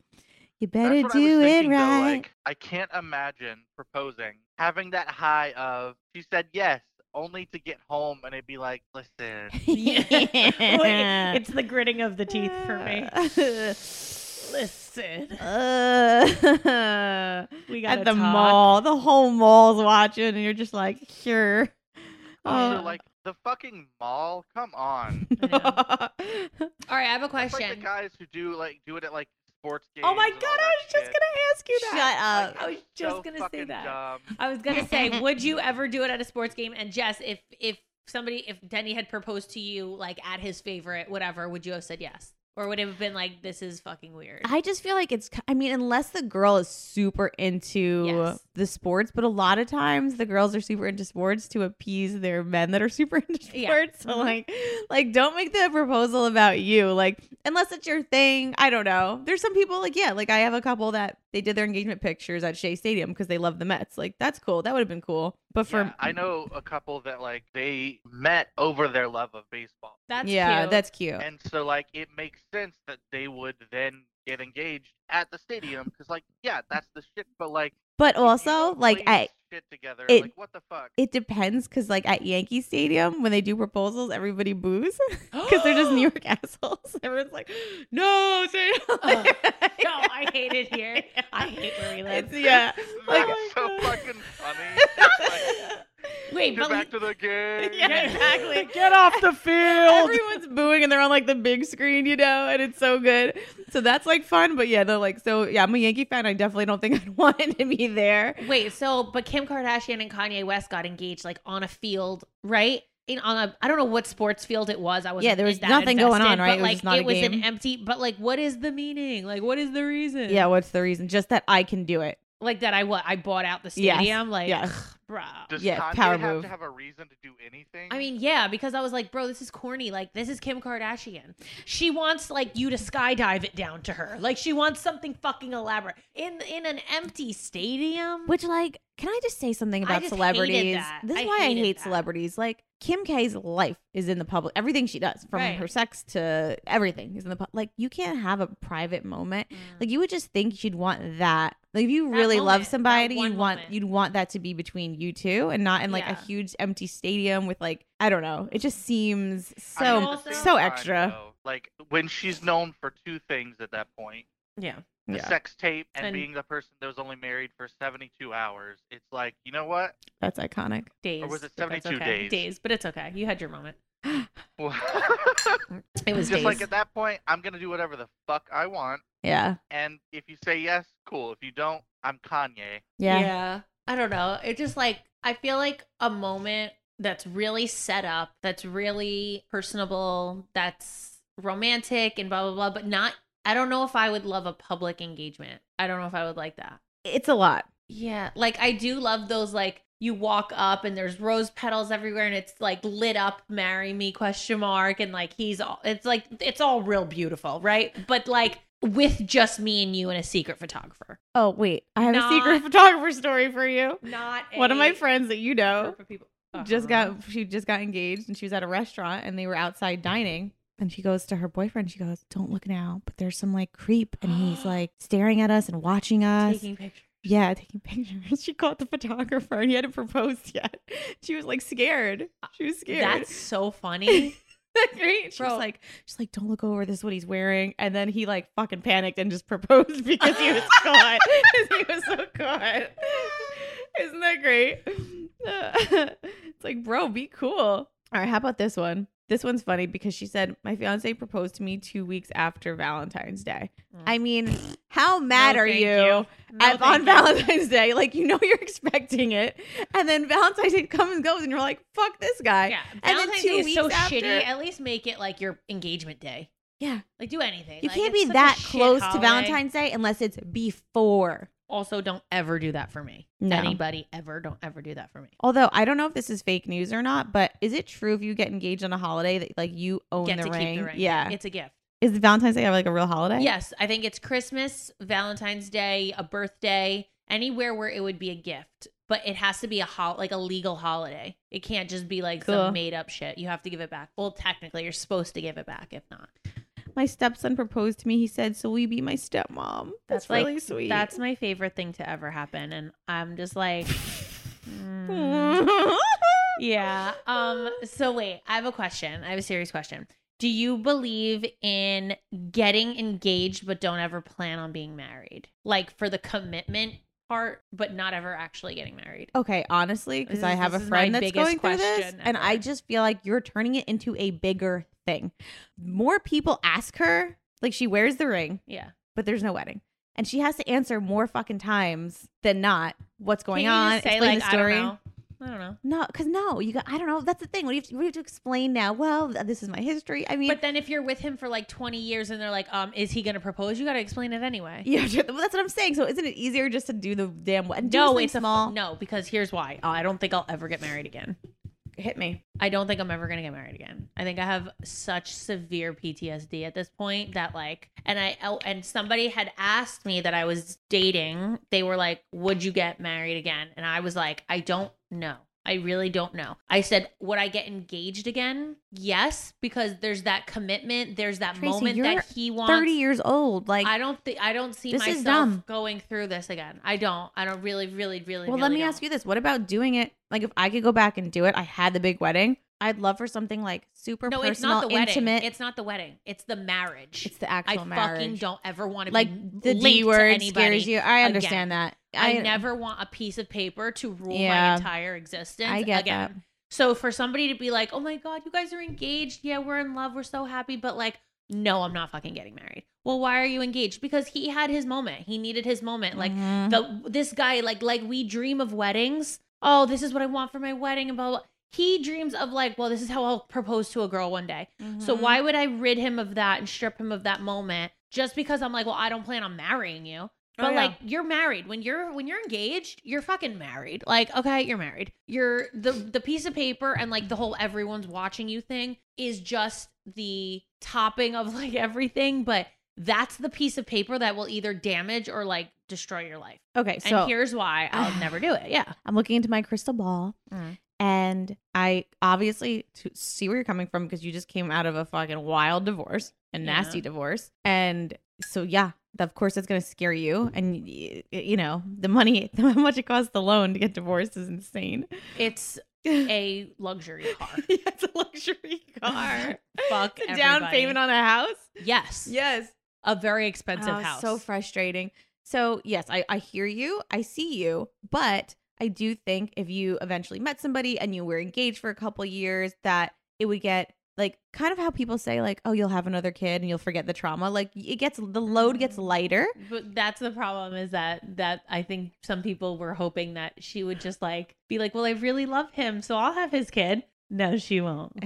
Speaker 2: You
Speaker 4: That's
Speaker 2: better
Speaker 4: what I was
Speaker 2: do it
Speaker 4: thinking, though,
Speaker 2: right.
Speaker 4: like, I can't imagine proposing, having that high of she said yes, only to get home and it'd be like, listen,
Speaker 6: Well, it- it's the gritting of the teeth for me.
Speaker 2: Listen. Uh,
Speaker 6: We got
Speaker 2: at the mall, the whole mall's watching, and you're just like, sure.
Speaker 4: also
Speaker 3: Uh,
Speaker 2: Oh.
Speaker 4: like the fucking mall. Come on.
Speaker 3: I All right, I have a
Speaker 4: That's like
Speaker 3: question.
Speaker 4: the guys who do like do it at like sports games.
Speaker 3: Oh my
Speaker 4: and all
Speaker 3: god, I
Speaker 4: that
Speaker 3: was just
Speaker 4: shit.
Speaker 3: gonna ask you that.
Speaker 2: Shut
Speaker 4: Like,
Speaker 2: up.
Speaker 3: I was
Speaker 4: it's
Speaker 3: just
Speaker 4: so
Speaker 3: gonna say
Speaker 4: fucking
Speaker 3: that.
Speaker 4: dumb.
Speaker 3: I was gonna say, would you ever do it at a sports game? And Jess, if if somebody if Denny had proposed to you like at his favorite, whatever, would you have said yes? Or would it have been like, this is fucking weird?
Speaker 2: I just feel like it's, I mean, unless the girl is super into
Speaker 3: Yes.
Speaker 2: the sports, but a lot of times the girls are super into sports to appease their men that are super into sports.
Speaker 3: Yeah. Mm-hmm.
Speaker 2: So, like, like, don't make the proposal about you. Like, unless it's your thing. I don't know. There's some people, like, yeah, like I have a couple that they did their engagement pictures at Shea Stadium because they love the Mets. Like, that's cool. That would have been cool. But for,
Speaker 4: Yeah, I know a couple that like they met over their love of baseball,
Speaker 3: that's
Speaker 2: yeah,
Speaker 3: cute.
Speaker 2: that's cute.
Speaker 4: and so like it makes sense that they would then get engaged at the stadium because like yeah, that's the shit. But like
Speaker 2: but
Speaker 4: if you
Speaker 2: also,
Speaker 4: don't
Speaker 2: like,
Speaker 4: play
Speaker 2: I,
Speaker 4: this shit together,
Speaker 2: it-
Speaker 4: like what the fuck?
Speaker 2: it depends because like at Yankee Stadium when they do proposals, everybody boos because they're just New York assholes. Everyone's like, "No, say no."
Speaker 3: Ugh. Uh, No, I hate it here. I hate where we live.
Speaker 2: It's- yeah, like-
Speaker 4: that's so fucking funny. It's like,
Speaker 3: Wait,
Speaker 4: get
Speaker 3: but
Speaker 4: back to the game.
Speaker 2: Yeah, exactly.
Speaker 7: Get off the field.
Speaker 2: Everyone's booing and they're on like the big screen, you know, and it's so good. So that's like fun, but yeah, they're like, so yeah, I'm a Yankee fan. I definitely don't think I'd want to be there.
Speaker 3: wait, so but Kim Kardashian and Kanye West got engaged like on a field, right? In, on a, I don't know what sports field it was. I was
Speaker 2: Yeah, there was nothing going on, right?
Speaker 3: But,
Speaker 2: It was
Speaker 3: like
Speaker 2: just not a
Speaker 3: it was an
Speaker 2: game.
Speaker 3: empty. But like, what is the meaning? Like, what is the reason?
Speaker 2: Yeah, what's the reason? Just that I can do it.
Speaker 3: like that. I what I bought out the
Speaker 2: Yes,
Speaker 3: stadium. Like,
Speaker 2: yes.
Speaker 3: ugh, bruh.
Speaker 4: Does
Speaker 2: Yeah,
Speaker 4: Kanye
Speaker 2: power
Speaker 4: have
Speaker 2: move.
Speaker 4: to have a reason to do anything?
Speaker 3: I mean, yeah, because I was like, bro, this is corny. Like, this is Kim Kardashian. She wants like you to skydive it down to her. Like, she wants something fucking elaborate in in an empty stadium.
Speaker 2: Which, like, can I just say something
Speaker 3: I
Speaker 2: about
Speaker 3: just hated
Speaker 2: celebrities?
Speaker 3: that.
Speaker 2: This is
Speaker 3: I
Speaker 2: why I
Speaker 3: hated
Speaker 2: hate
Speaker 3: that.
Speaker 2: celebrities. Like Kim K's life is in the public. Everything she does, from
Speaker 3: Right.
Speaker 2: her sex to everything, is in the public. Like you can't have a private moment.
Speaker 3: Mm.
Speaker 2: Like you would just think you'd want that. Like if you
Speaker 3: That
Speaker 2: really
Speaker 3: moment,
Speaker 2: love
Speaker 3: that
Speaker 2: somebody,
Speaker 3: one
Speaker 2: you'd want
Speaker 3: moment.
Speaker 2: you'd want that to be between you two and not in like
Speaker 3: Yeah.
Speaker 2: a huge empty stadium with like I don't know. It just seems
Speaker 4: I mean,
Speaker 2: so
Speaker 4: at the same
Speaker 2: so
Speaker 4: time,
Speaker 2: extra.
Speaker 4: though, like when she's known for two things at that point.
Speaker 3: Yeah.
Speaker 4: The
Speaker 2: Yeah.
Speaker 4: sex tape and,
Speaker 3: And-
Speaker 4: being the person that was only married for 72 hours. It's like, you know what?
Speaker 2: That's iconic.
Speaker 3: days.
Speaker 4: was it
Speaker 3: but that's
Speaker 4: 72
Speaker 3: okay.
Speaker 4: days?
Speaker 3: Days, but it's okay. You had your moment.
Speaker 4: Just
Speaker 3: It was days.
Speaker 4: like at that point, I'm going to do whatever the fuck I want.
Speaker 2: Yeah.
Speaker 4: And if you say yes, cool. If you don't, I'm Kanye.
Speaker 2: Yeah.
Speaker 3: I don't know. It just like I feel like a moment that's really set up, that's really personable, that's romantic and blah blah blah, but not I don't know if I would love a public engagement. I don't know if I would like that.
Speaker 2: It's a lot.
Speaker 3: Yeah, like I do love those like you walk up and there's rose petals everywhere and it's like lit up marry me question mark and like he's all it's like it's all real beautiful, right? But like with just me and you and a secret photographer.
Speaker 2: Oh wait, I have
Speaker 3: Not-
Speaker 2: a secret photographer story for you.
Speaker 3: Not
Speaker 2: One of my
Speaker 3: a
Speaker 2: friends that you know
Speaker 3: group of people.
Speaker 2: just
Speaker 3: Uh-huh.
Speaker 2: got she just got engaged and she was at a restaurant and they were outside dining and she goes to her boyfriend she goes don't look now but there's some like creep and he's like staring at us and watching us
Speaker 3: taking pictures.
Speaker 2: yeah taking pictures she called the photographer and he hadn't proposed yet she was like scared she was scared
Speaker 3: That's so funny.
Speaker 2: right she
Speaker 3: Bro.
Speaker 2: was like she's like don't look over this is what he's wearing and then he like fucking panicked and just proposed because he was caught because he was so caught isn't that great it's like bro be cool all right how about this one this one's funny because she said my fiance proposed to me two weeks after valentine's day
Speaker 3: Mm.
Speaker 2: i mean how mad
Speaker 3: No,
Speaker 2: are
Speaker 3: thank
Speaker 2: you,
Speaker 3: No,
Speaker 2: at-
Speaker 3: thank
Speaker 2: on
Speaker 3: you.
Speaker 2: valentine's day like you know you're expecting it and then valentine's day comes and goes and you're like fuck this guy
Speaker 3: Yeah,
Speaker 2: then
Speaker 3: Valentine's
Speaker 2: two
Speaker 3: Day is so
Speaker 2: weeks after-
Speaker 3: shitty. At least make it like your engagement day.
Speaker 2: Yeah.
Speaker 3: like do anything.
Speaker 2: You
Speaker 3: Like,
Speaker 2: can't
Speaker 3: it's
Speaker 2: be
Speaker 3: such a
Speaker 2: that
Speaker 3: shit
Speaker 2: close to
Speaker 3: holiday.
Speaker 2: Valentine's Day unless it's before.
Speaker 3: Also, don't ever do that for me.
Speaker 2: No.
Speaker 3: Anybody ever? Don't ever do that for me.
Speaker 2: Although I don't know if this is fake news or not, but is it true if you get engaged on a holiday that like you own
Speaker 3: Get
Speaker 2: the,
Speaker 3: to
Speaker 2: ring?
Speaker 3: keep the ring.
Speaker 2: Yeah.
Speaker 3: it's a gift.
Speaker 2: is Valentine's Day like a real holiday?
Speaker 3: Yes, I think it's Christmas, Valentine's Day, a birthday, anywhere where it would be a gift. But it has to be a hol- like a legal holiday. It can't just be like
Speaker 2: Cool.
Speaker 3: some made up shit. You have to give it back. Well, technically, you're supposed to give it back. If not,
Speaker 2: My stepson proposed to me. He said, "So will you be my stepmom?" That's,
Speaker 3: That's like-
Speaker 2: really sweet.
Speaker 3: That's my favorite thing to ever happen. And I'm just like, mm,
Speaker 2: yeah.
Speaker 3: yeah. Um, so wait, I have a question. I have a serious question. Do you believe in getting engaged, but don't ever plan on being married? Like for the commitment part, but not ever actually getting married?
Speaker 2: Okay, honestly,
Speaker 3: This
Speaker 2: because I
Speaker 3: is-
Speaker 2: have a
Speaker 3: this is my
Speaker 2: friend that's
Speaker 3: biggest
Speaker 2: going through this,
Speaker 3: question
Speaker 2: and I
Speaker 3: ever.
Speaker 2: just feel like you're turning it into a bigger thing. More people ask her, like she wears the ring,
Speaker 3: Yeah.
Speaker 2: but there's no wedding. And she has to answer more fucking times than not what's going
Speaker 3: Can't
Speaker 2: on.
Speaker 3: you just say,
Speaker 2: explain
Speaker 3: like,
Speaker 2: the story.
Speaker 3: I don't know. I don't know.
Speaker 2: No, because no, you got. I don't know. That's the thing. What do you have to, what do you have to explain now? Well, th- this is my history. I mean,
Speaker 3: But then if you're with him for like 20 years and they're like, um, is he gonna propose? You gotta explain it anyway.
Speaker 2: yeah, well, that's what I'm saying. So isn't it easier just to do the damn wedding?
Speaker 3: No, it's a
Speaker 2: small.
Speaker 3: small. no, because here's why. Uh, I don't think I'll ever get married again.
Speaker 2: Hit me.
Speaker 3: I don't think I'm ever gonna get married again. I think I have such severe PTSD at this point that like, and I oh, and somebody had asked me that I was dating. They were like, "Would you get married again?" And I was like, "I don't know. I really don't know." I said, "Would I get engaged again?" Yes, because there's that commitment. There's that
Speaker 2: Tracy,
Speaker 3: moment
Speaker 2: you're
Speaker 3: that he wants.
Speaker 2: Thirty years old. Like,
Speaker 3: I don't think I don't see
Speaker 2: This is dumb.
Speaker 3: myself going through this again. I don't. I don't really, really, really.
Speaker 2: well, let
Speaker 3: really
Speaker 2: me
Speaker 3: don't.
Speaker 2: ask you this: What about doing it? Like, if I could go back and do it, I had the big wedding. I'd love for something like super
Speaker 3: No,
Speaker 2: personal,
Speaker 3: it's not the wedding.
Speaker 2: intimate.
Speaker 3: It's not the wedding. It's the marriage.
Speaker 2: It's the
Speaker 3: I
Speaker 2: actual marriage.
Speaker 3: fucking don't ever want to
Speaker 2: like
Speaker 3: be
Speaker 2: the
Speaker 3: linked
Speaker 2: D
Speaker 3: to
Speaker 2: word
Speaker 3: anybody
Speaker 2: scares you. I
Speaker 3: again.
Speaker 2: understand that.
Speaker 3: I, never want a piece of paper to rule
Speaker 2: Yeah.
Speaker 3: my entire existence.
Speaker 2: I get
Speaker 3: again.
Speaker 2: that.
Speaker 3: So for somebody to be like, "Oh my god, you guys are engaged. Yeah, we're in love. We're so happy." But like, no, I'm not fucking getting married. Well, why are you engaged? Because he had his moment. He needed his moment. Like
Speaker 2: Mhm.
Speaker 3: the this guy like like we dream of weddings. Oh, this is what I want for my wedding and blah blah. blah. He dreams of like, well, this is how I'll propose to a girl one day. So
Speaker 2: Mhm.
Speaker 3: why would I rid him of that and strip him of that moment just because I'm like, well, I don't plan on marrying you. But
Speaker 2: Oh, yeah.
Speaker 3: like you're married. When you're when you're engaged, you're fucking married. Like, okay, you're married. You're the the piece of paper and like the whole everyone's watching you thing is just the topping of like everything, but that's the piece of paper that will either damage or like destroy your life.
Speaker 2: Okay,
Speaker 3: And
Speaker 2: so
Speaker 3: here's why I'll never do it. Yeah.
Speaker 2: I'm looking into my crystal ball,
Speaker 3: Mhm.
Speaker 2: and I obviously to see where you're coming from because you just came out of a fucking wild divorce, a nasty divorce, and so yeah, th- of course that's gonna scare you, and y- y- you know the money, how much it costs the loan to get divorced is insane.
Speaker 3: It's
Speaker 2: yeah,
Speaker 3: a luxury car.
Speaker 2: it's a luxury car.
Speaker 3: Fuck
Speaker 2: The down
Speaker 3: everybody.
Speaker 2: payment on a house.
Speaker 3: Yes.
Speaker 2: Yes,
Speaker 3: A very expensive
Speaker 2: Oh,
Speaker 3: house.
Speaker 2: So frustrating. So yes, I, I hear you. I see you, but I do think if you eventually met somebody and you were engaged for a couple years, that it would get like kind of how people say like, oh, you'll have another kid and you'll forget the trauma. Like it gets the load
Speaker 3: Mm-hmm.
Speaker 2: gets lighter.
Speaker 3: But that's the problem is that that I think some people were hoping that she would just like be like, "Well, I really love him, so I'll have his kid." No, she won't.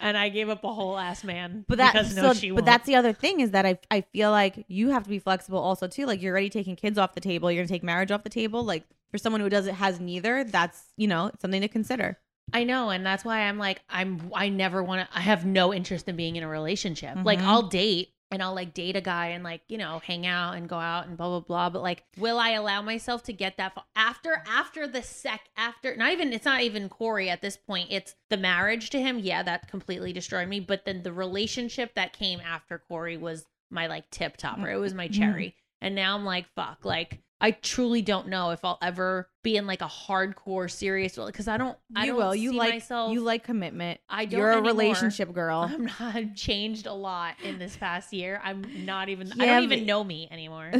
Speaker 3: and I gave up a whole ass man.
Speaker 2: But that's
Speaker 3: because no,
Speaker 2: so,
Speaker 3: she
Speaker 2: but
Speaker 3: won't.
Speaker 2: that's the other thing is that I I feel like you have to be flexible also too. Like you're already taking kids off the table. You're gonna take marriage off the table. Like for someone who doesn't has neither, that's you know something to consider.
Speaker 3: I know, and that's why I'm like I'm I never want to I have no interest in being in a relationship. Like
Speaker 2: Mhm.
Speaker 3: I'll date and I'll like date a guy and like, you know, hang out and go out and blah blah blah, but like will I allow myself to get that fa- after after the sec after not even it's not even Corey at this point. It's the marriage to him. Yeah, that completely destroyed me, but then the relationship that came after Corey was my like tip topper. It was my cherry. And now I'm like, fuck, like I truly don't know if I'll ever be in like a hardcore serious because I don't. I
Speaker 2: you
Speaker 3: don't
Speaker 2: will. You
Speaker 3: see
Speaker 2: like
Speaker 3: myself.
Speaker 2: you like commitment.
Speaker 3: I don't
Speaker 2: You're a
Speaker 3: anymore.
Speaker 2: relationship girl.
Speaker 3: I'm not. I've changed a lot in this past year. I'm not even. I
Speaker 2: Yeah,
Speaker 3: don't even
Speaker 2: but-
Speaker 3: know me anymore.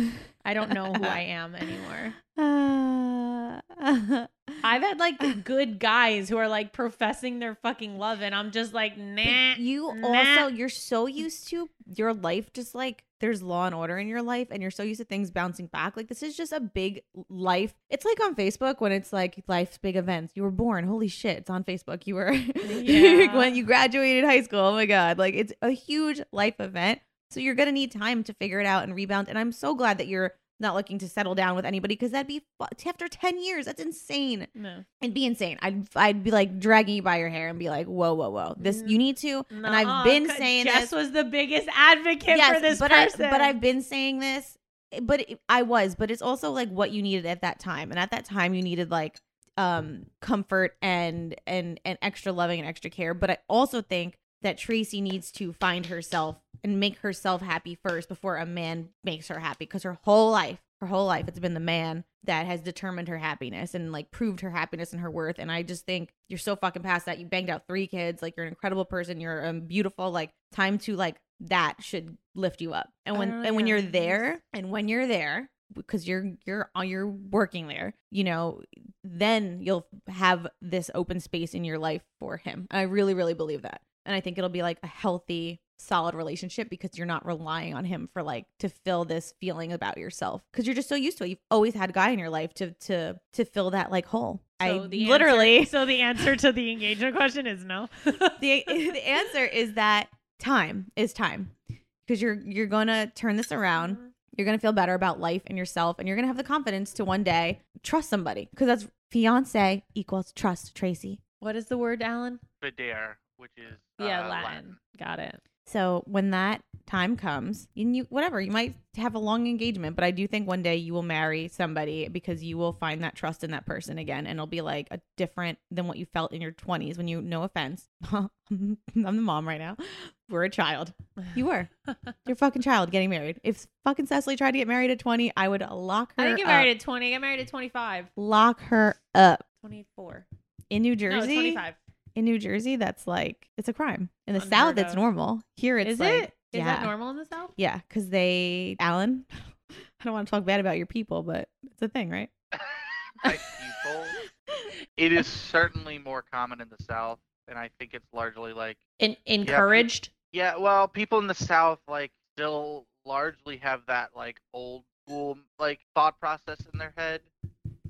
Speaker 3: I don't know who I am anymore.
Speaker 2: Uh,
Speaker 3: I've had like good guys who are like professing their fucking love, and I'm just like, nah.
Speaker 2: you
Speaker 3: nah.
Speaker 2: also you're so used to your life just like there's law and order in your life and you're so used to things bouncing back like this is just a big life it's like on facebook when it's like life's big events you were born holy shit it's on facebook you were
Speaker 3: Yeah.
Speaker 2: when you graduated high school oh my god like it's a huge life event so you're gonna need time to figure it out and rebound and i'm so glad that you're not looking to settle down with anybody because that'd be fu- after 10 years that's insane
Speaker 3: no.
Speaker 2: It'd be insane. I'd I'd be like dragging you by your hair and be like, whoa, whoa, whoa. This you need to. And I've
Speaker 3: Nuh-uh,
Speaker 2: been
Speaker 3: 'cause
Speaker 2: saying
Speaker 3: Jess
Speaker 2: this.
Speaker 3: was the biggest advocate for this
Speaker 2: but
Speaker 3: person.
Speaker 2: I but I've been saying this. eh, But it- I was. But it's also like what you needed at that time. And at that time, you needed like um comfort and and and extra loving and extra care. But I also think that Tracy needs to find herself and make herself happy first before a man makes her happy. Because her whole life, her whole life, it's been the man that has determined her happiness and like proved her happiness and her worth. And I just think you're so fucking past that. You banged out three kids. Like you're an incredible person. You're um, beautiful. Like time to like that should lift you up. And
Speaker 3: I
Speaker 2: when
Speaker 3: don't
Speaker 2: and when
Speaker 3: know.
Speaker 2: you're there and when you're there because you're you're uh, you're working there, you know, then you'll have this open space in your life for him. And I really, really believe that. And I think it'll be like a healthy solid relationship because you're not relying on him for like to fill this feeling about yourself because you're just so used to it. You've always had a guy in your life to to to fill that like hole. I
Speaker 3: So the answer-
Speaker 2: literally
Speaker 8: So the answer to the engagement question is no.
Speaker 2: the the answer is that time is time because you're you're gonna turn this around. You're gonna feel better about life and yourself, and you're gonna have the confidence to one day trust somebody because that's fiance equals trust, Tracy.
Speaker 3: What is the word, Alan?
Speaker 4: Fidere, which is
Speaker 3: Yeah,
Speaker 4: uh,
Speaker 3: Latin. Got it.
Speaker 2: So when that time comes, and you whatever, you might have a long engagement, but I do think one day you will marry somebody because you will find that trust in that person again, and it'll be like a different than what you felt in your twenties when you. No offense, I'm the mom right now. We're a child. You were your fucking child getting married. If fucking Cecily tried to get married at twenty, I would lock her.
Speaker 3: I didn't get
Speaker 2: up.
Speaker 3: married at 20. I got married at 25.
Speaker 2: Lock her up
Speaker 3: 24.
Speaker 2: in New
Speaker 3: No,
Speaker 2: Jersey.
Speaker 3: 25.
Speaker 2: in New Jersey, that's like it's a crime. In the
Speaker 3: Unheard
Speaker 2: South, it's
Speaker 3: of.
Speaker 2: normal. Here, it's
Speaker 3: Is
Speaker 2: like,
Speaker 3: it? Is
Speaker 2: yeah.
Speaker 3: that normal in the South?
Speaker 2: Yeah, because they, Alan, I don't want to talk bad about your people, but it's a thing, right?
Speaker 4: Like people. It is certainly more common in the South, and I think it's largely like
Speaker 3: In- encouraged?
Speaker 4: Yeah, well, people in the South like still largely have that like old school like thought process in their head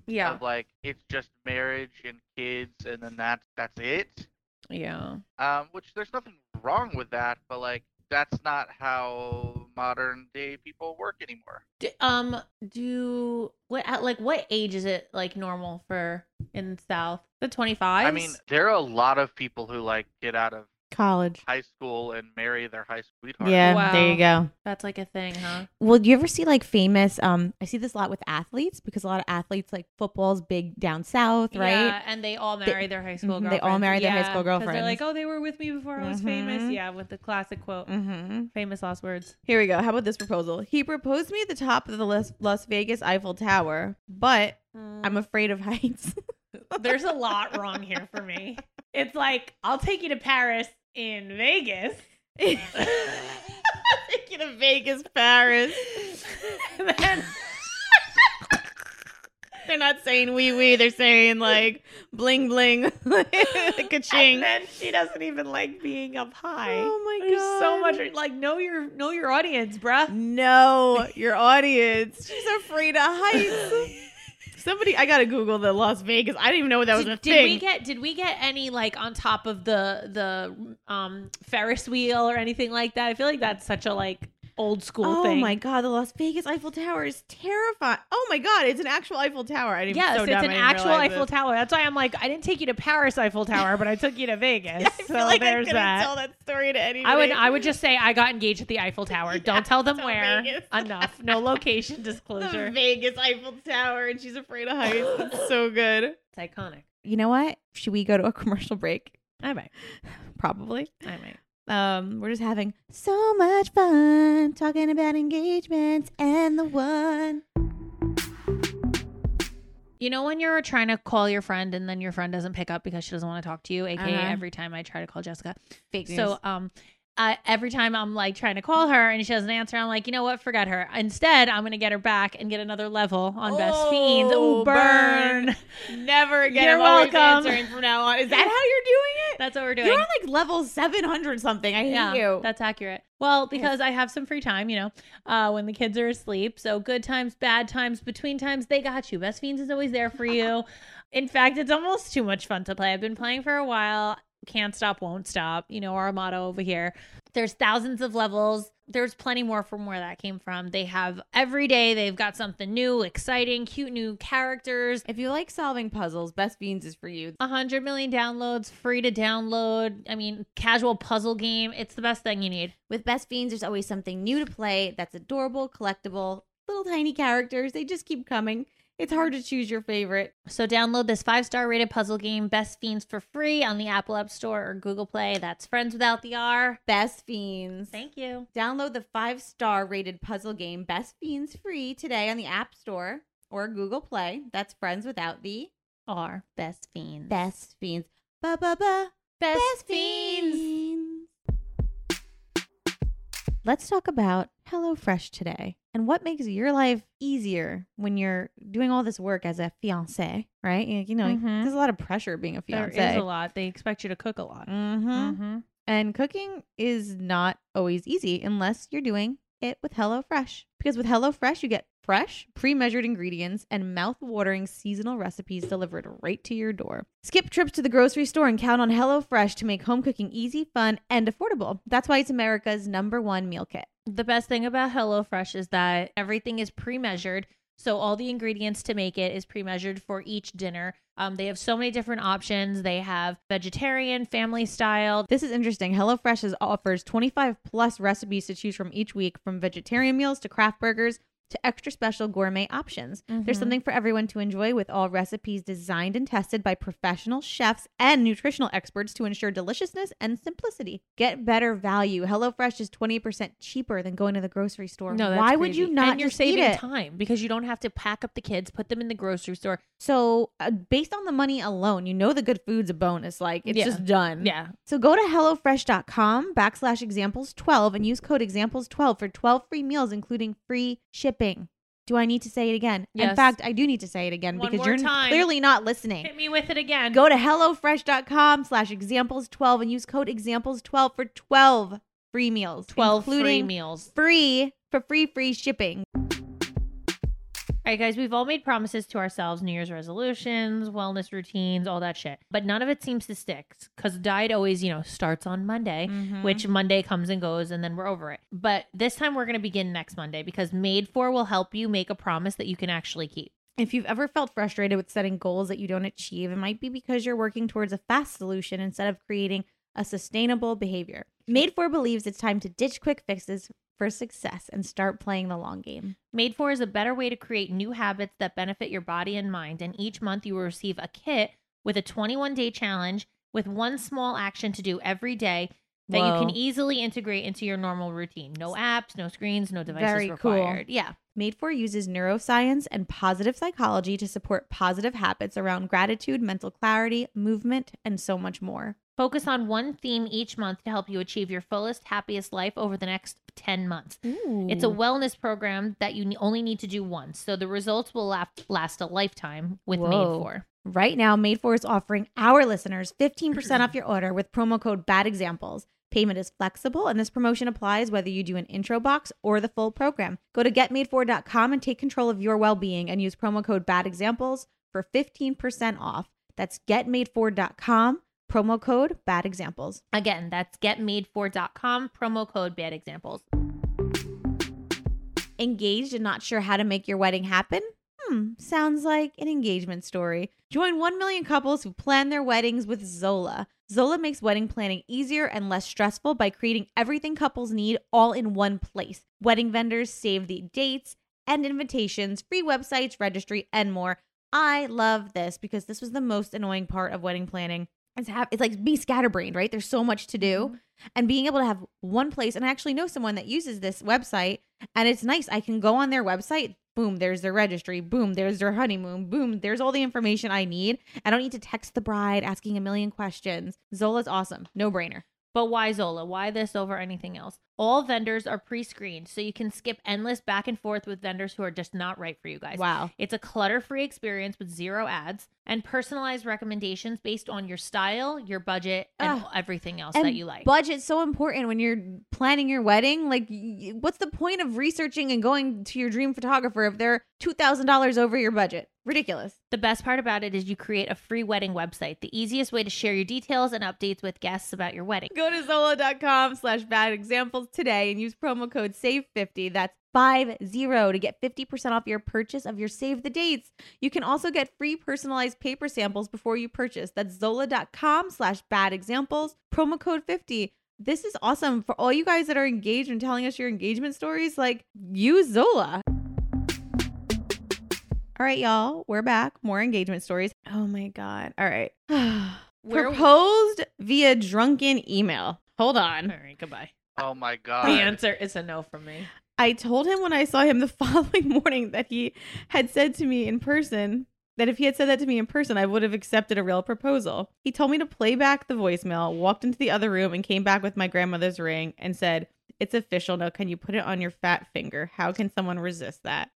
Speaker 3: Yeah.
Speaker 4: of like it's just marriage and kids and then that's that's it.
Speaker 3: Yeah.
Speaker 4: Um, which there's nothing wrong with that, but like that's not how modern day people work anymore.
Speaker 3: D- um, do what at like what age is it like normal for in the South? The 25?
Speaker 4: I mean, there are a lot of people who like get out of
Speaker 2: College.
Speaker 4: high school and marry their high school sweetheart.
Speaker 2: Yeah,
Speaker 3: Wow.
Speaker 2: there you go.
Speaker 3: that's like a thing, huh?
Speaker 2: Well, do you ever see like famous? Um, I see this a lot with athletes because a lot of athletes like football's big down south, right?
Speaker 3: Yeah, and they Mm-hmm. all marry their high Mm-hmm. school
Speaker 2: Mhm,
Speaker 3: girlfriends.
Speaker 2: they all marry their high school
Speaker 3: 'cause They're like,
Speaker 2: girlfriends.
Speaker 3: oh, they were with me before I was famous.
Speaker 2: Mhm.
Speaker 3: Yeah, with the classic quote,
Speaker 2: Mm-hmm.
Speaker 3: famous last words.
Speaker 6: Here we go. How about this proposal? He proposed me at the top of the Las, Las Vegas Eiffel Tower, but
Speaker 3: Mm.
Speaker 2: Mm.
Speaker 6: I'm afraid of heights.
Speaker 8: There's a lot wrong here for me. It's like I'll take you to Paris in Vegas.
Speaker 6: Thinking of Vegas, Paris.
Speaker 8: And then
Speaker 6: They're not saying wee wee. They're saying like bling bling,
Speaker 8: And
Speaker 6: ka-ching.
Speaker 8: then she doesn't even like being up high.
Speaker 6: Oh my
Speaker 8: There's so
Speaker 6: God.
Speaker 8: much like know your know your audience, bruh.
Speaker 6: No, your audience. She's afraid of heights. Somebody, I gotta Google the Las Vegas. I didn't even know that was
Speaker 3: did,
Speaker 6: a
Speaker 3: did
Speaker 6: thing.
Speaker 3: we get did we get any like on top of the the um Ferris wheel or anything like that? I feel like that's such a like old school
Speaker 6: oh
Speaker 3: thing.
Speaker 6: my god, the Las Vegas Eiffel Tower is terrifying. Oh my god, it's an actual Eiffel Tower. I didn't.
Speaker 8: Yes,
Speaker 6: so
Speaker 8: it's
Speaker 6: dumb,
Speaker 8: an
Speaker 6: I didn't
Speaker 8: actual
Speaker 6: realize
Speaker 8: Eiffel
Speaker 6: this.
Speaker 8: Tower. That's why I'm like, I didn't take you to Paris Eiffel Tower, but I took you to Vegas.
Speaker 6: I feel
Speaker 8: so
Speaker 6: like I
Speaker 8: there's
Speaker 6: couldn't
Speaker 8: that.
Speaker 6: tell that story to anybody.
Speaker 3: I would I would just say I got engaged at the Eiffel Tower. Don't tell them
Speaker 6: tell
Speaker 3: where.
Speaker 6: Vegas.
Speaker 3: Enough. No location
Speaker 6: the
Speaker 3: disclosure.
Speaker 6: Vegas Eiffel Tower, and she's afraid of heights. It's so good.
Speaker 3: It's iconic.
Speaker 2: You know what? Should we go to a commercial break?
Speaker 3: I might.
Speaker 2: Probably.
Speaker 3: I might.
Speaker 2: Um, we're just having so much fun talking about engagements and the one.
Speaker 3: You know when you're trying to call your friend and then your friend doesn't pick up because she doesn't want to talk to you, aka
Speaker 2: Uh-huh.
Speaker 3: every time I try to call Jessica.
Speaker 2: Fake
Speaker 3: So um I every time I'm like trying to call her and she doesn't answer, I'm like, you know what? Forget her. Instead, I'm gonna get her back and get another level on Best Fiends.
Speaker 6: Oh,
Speaker 3: Ooh, burn.
Speaker 6: Never again.
Speaker 3: You're
Speaker 6: I'm always
Speaker 3: welcome.
Speaker 6: Answering from now on. Is that how
Speaker 3: That's what we're
Speaker 6: you're
Speaker 3: doing.
Speaker 6: doing it? You're on like level seven hundred something. I hate
Speaker 3: yeah,
Speaker 6: you.
Speaker 3: that's accurate. Well, because I have some free time, you know, uh, when the kids are asleep. So good times, bad times, between times, they got you. Best Fiends is always there for you. In fact, it's almost too much fun to play. I've been playing for a while. Can't stop, won't stop. You know, our motto over here. There's thousands of levels. There's plenty more from where that came from. They have every day, they've got something new, exciting, cute new characters.
Speaker 6: If you like solving puzzles, Best Fiends is for you.
Speaker 3: 100 million downloads, free to download. I mean, casual puzzle game. It's the best thing you need.
Speaker 2: With Best Fiends, there's always something new to play that's adorable, collectible, little tiny characters. They just keep coming.
Speaker 6: It's hard to choose your favorite.
Speaker 3: So download this five-star rated puzzle game, Best Fiends, for free on the Apple App Store or Google Play. That's Friends Without the R.
Speaker 2: Best Fiends.
Speaker 3: Thank you.
Speaker 2: Download the five star rated puzzle game Best Fiends free today on the App Store or Google Play. That's Friends Without the
Speaker 3: R. Best Fiends.
Speaker 2: Best Fiends. Ba ba ba.
Speaker 3: Best,
Speaker 2: Fiends. Let's talk about HelloFresh today and what makes your life easier when you're doing all this work as a fiance, right? You, you know,
Speaker 3: Mhm.
Speaker 2: there's Mm-hmm. a lot of pressure being a
Speaker 3: There
Speaker 2: fiance.
Speaker 3: is a lot. They expect you to cook a lot.
Speaker 2: Mm-hmm.
Speaker 3: Mm-hmm.
Speaker 2: And cooking is not always easy unless you're doing it with HelloFresh. Because with HelloFresh, you get fresh, pre measured ingredients and mouth watering seasonal recipes delivered right to your door. Skip trips to the grocery store and count on HelloFresh to make home cooking easy, fun, and affordable. That's why it's America's number one meal kit.
Speaker 3: The best thing about HelloFresh is that everything is pre-measured. So all the ingredients to make it is pre-measured for each dinner. Um, they have so many different options. They have vegetarian, family style.
Speaker 2: This is interesting. HelloFresh has offers 25 plus recipes to choose from each week, from vegetarian meals to craft burgers to extra special gourmet options.
Speaker 3: Mm-hmm.
Speaker 2: There's something for everyone to enjoy with all recipes designed and tested by professional chefs and nutritional experts to ensure deliciousness and simplicity. Get better value. HelloFresh is 20% cheaper than going to the grocery store.
Speaker 3: No, that's
Speaker 2: Why would
Speaker 3: crazy.
Speaker 2: you not
Speaker 3: And you're
Speaker 2: just eat
Speaker 3: saving
Speaker 2: it?
Speaker 3: time because you don't have to pack up the kids, put them in the grocery store.
Speaker 2: So, uh, based on the money alone, you know the good food's a bonus. Like, it's
Speaker 3: Yeah.
Speaker 2: just done.
Speaker 3: Yeah,
Speaker 2: So go to HelloFresh.com backslash examples 12 and use code examples 12 for 12 free meals, including free shipping. Do I need to say it again? In
Speaker 3: Yes.
Speaker 2: fact, I do need to say it again
Speaker 9: One
Speaker 2: because
Speaker 9: more
Speaker 2: you're
Speaker 9: time.
Speaker 2: clearly not listening.
Speaker 9: Hit me with it again.
Speaker 2: Go to HelloFresh.com slash examples 12 and use code examples 12 for 12 free meals,
Speaker 3: 12 free
Speaker 2: including
Speaker 3: meals.
Speaker 2: free for free, free shipping.
Speaker 3: All right, guys, we've all made promises to ourselves, New Year's resolutions, wellness routines, all that shit. But none of it seems to stick because diet always, you know, starts on Monday, which Monday comes and goes, and then we're over it. But this time we're going to begin next Monday because Made For will help you make a promise that you can actually keep.
Speaker 2: If you've ever felt frustrated with setting goals that you don't achieve, it might be because you're working towards a fast solution instead of creating a sustainable behavior. Made for believes it's time to ditch quick fixes for success and start playing the long game.
Speaker 3: Made For is a better way to create new habits that benefit your body and mind. And each month you will receive a kit with a 21 day challenge with one small action to do every day that you
Speaker 2: Whoa.
Speaker 3: can easily integrate into your normal routine. No apps, no screens, no devices
Speaker 2: Very cool.
Speaker 3: required. Yeah.
Speaker 2: Made for uses neuroscience and positive psychology to support positive habits around gratitude, mental clarity, movement, and so much more.
Speaker 3: Focus on one theme each month to help you achieve your fullest, happiest life over the next 10 months. It's a wellness program that you ne- only need to do once. So the results will last, last a lifetime with
Speaker 2: Whoa.
Speaker 3: Made For.
Speaker 2: Right now, Made For is offering our listeners 15% off your order with promo code Bad Examples. Payment is flexible, and this promotion applies whether you do an intro box or the full program. Go to getmadefor.com and take control of your well being and use promo code Bad Examples for 15% off. That's getmadefor.com, promo code Bad Examples.
Speaker 3: Again, that's getmade4.com, promo code bad examples.
Speaker 2: Engaged and not sure how to make your wedding happen? Hmm, sounds like an engagement story. Join 1 million couples who plan their weddings with Zola. Zola makes wedding planning easier and less stressful by creating everything couples need all in one place. Wedding vendors save the dates and invitations, free websites, registry, and more. I love this because this was the most annoying part of wedding planning. It's, have, it's like being scatterbrained, right? There's so much to do. And being able to have one place, and I actually know someone that uses this website and it's nice. I can go on their website. Boom, there's their registry. Boom, there's their honeymoon. Boom, there's all the information I need. I don't need to text the bride asking a million questions. Zola's awesome. No brainer.
Speaker 3: But why Zola? Why this over anything else? All vendors are pre screened, so you can skip endless back and forth with vendors who are just not right for you guys.
Speaker 2: Wow.
Speaker 3: It's a clutter free experience with zero ads and personalized recommendations based on your style, your budget, and
Speaker 2: Ugh.
Speaker 3: everything else
Speaker 2: And
Speaker 3: that you like.
Speaker 2: Budget's so important when you're planning your wedding. Like, y- what's the point of researching and going to your dream photographer if they're $2,000 over your budget? Ridiculous.
Speaker 3: the best part about it is you create a free wedding website, the easiest way to share your details and updates with guests about your wedding.
Speaker 2: Go to Zola.com slash bad examples today and use promo code SAVE50. That's 50 to get 50% off your purchase of your Save the Dates. You can also get free personalized paper samples before you purchase. That's Zola.com slash bad examples, promo code 50. This is awesome for all you guys that are engaged and telling us your engagement stories. Like, use Zola. All right, y'all, we're back. More engagement stories. Oh my God. All right.
Speaker 3: Where-
Speaker 2: Proposed via drunken email. Hold on.
Speaker 9: All right, goodbye.
Speaker 4: Oh my god.
Speaker 9: The answer is a no from me.
Speaker 2: I told him when I saw him the following morning that he had said to me in person that if he had said that to me in person, I would have accepted a real proposal. He told me to play back the voicemail, walked into the other room, and came back with my grandmother's ring and said, It's official. Now, can you put it on your fat finger? How can someone resist that?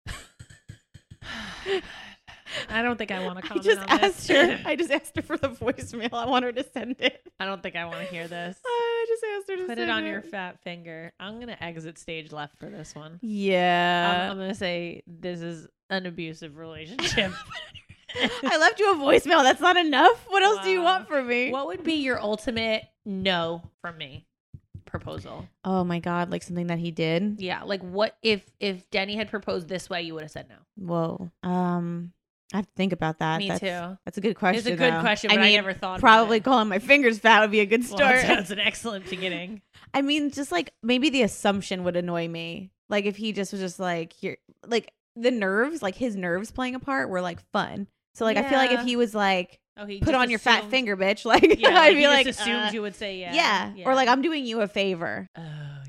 Speaker 9: I don't think I want to
Speaker 2: I
Speaker 9: comment
Speaker 2: just
Speaker 9: on
Speaker 2: asked
Speaker 9: this.
Speaker 2: her. I just asked her for the voicemail. I want her to send it.
Speaker 9: I don't think I want to hear this.
Speaker 2: I disaster to
Speaker 10: Put
Speaker 2: say
Speaker 10: it on
Speaker 2: that.
Speaker 10: your fat finger. I'm gonna exit stage left for this one. I'm,
Speaker 2: Yeah.
Speaker 10: I'm gonna say this is an abusive relationship.
Speaker 2: I left you a voicemail. That's not enough. What else do you
Speaker 10: Wow.
Speaker 2: want from me?
Speaker 10: what would be your ultimate no from me proposal?
Speaker 2: Oh my god, like something that he did.
Speaker 3: Yeah, like what if if Denny had proposed this way, you would have said no.
Speaker 2: Whoa. Um I have to think about that.
Speaker 3: Me
Speaker 2: that's,
Speaker 3: too.
Speaker 2: That's a good question.
Speaker 10: It's a good
Speaker 2: though.
Speaker 10: question,
Speaker 2: I
Speaker 10: but I,
Speaker 2: mean,
Speaker 10: never thought. of
Speaker 2: probably
Speaker 10: it.
Speaker 2: calling my fingers fat would be a good
Speaker 10: Well,
Speaker 2: start.
Speaker 10: that sounds an excellent beginning.
Speaker 2: I mean, just like maybe the assumption would annoy me. Like if he just was just like here, like the nerves, like his nerves playing a part were like fun. So like I feel like if
Speaker 3: Yeah.
Speaker 2: he was like,
Speaker 10: Oh, he
Speaker 2: put
Speaker 10: just
Speaker 2: on your fat
Speaker 10: assumed-
Speaker 2: finger, bitch. Like
Speaker 10: Yeah,
Speaker 2: I'd
Speaker 10: he
Speaker 2: be
Speaker 10: just
Speaker 2: like,
Speaker 10: assumed
Speaker 2: uh,
Speaker 10: you would say yeah.
Speaker 2: yeah. or like I'm doing you a favor.
Speaker 10: Oh,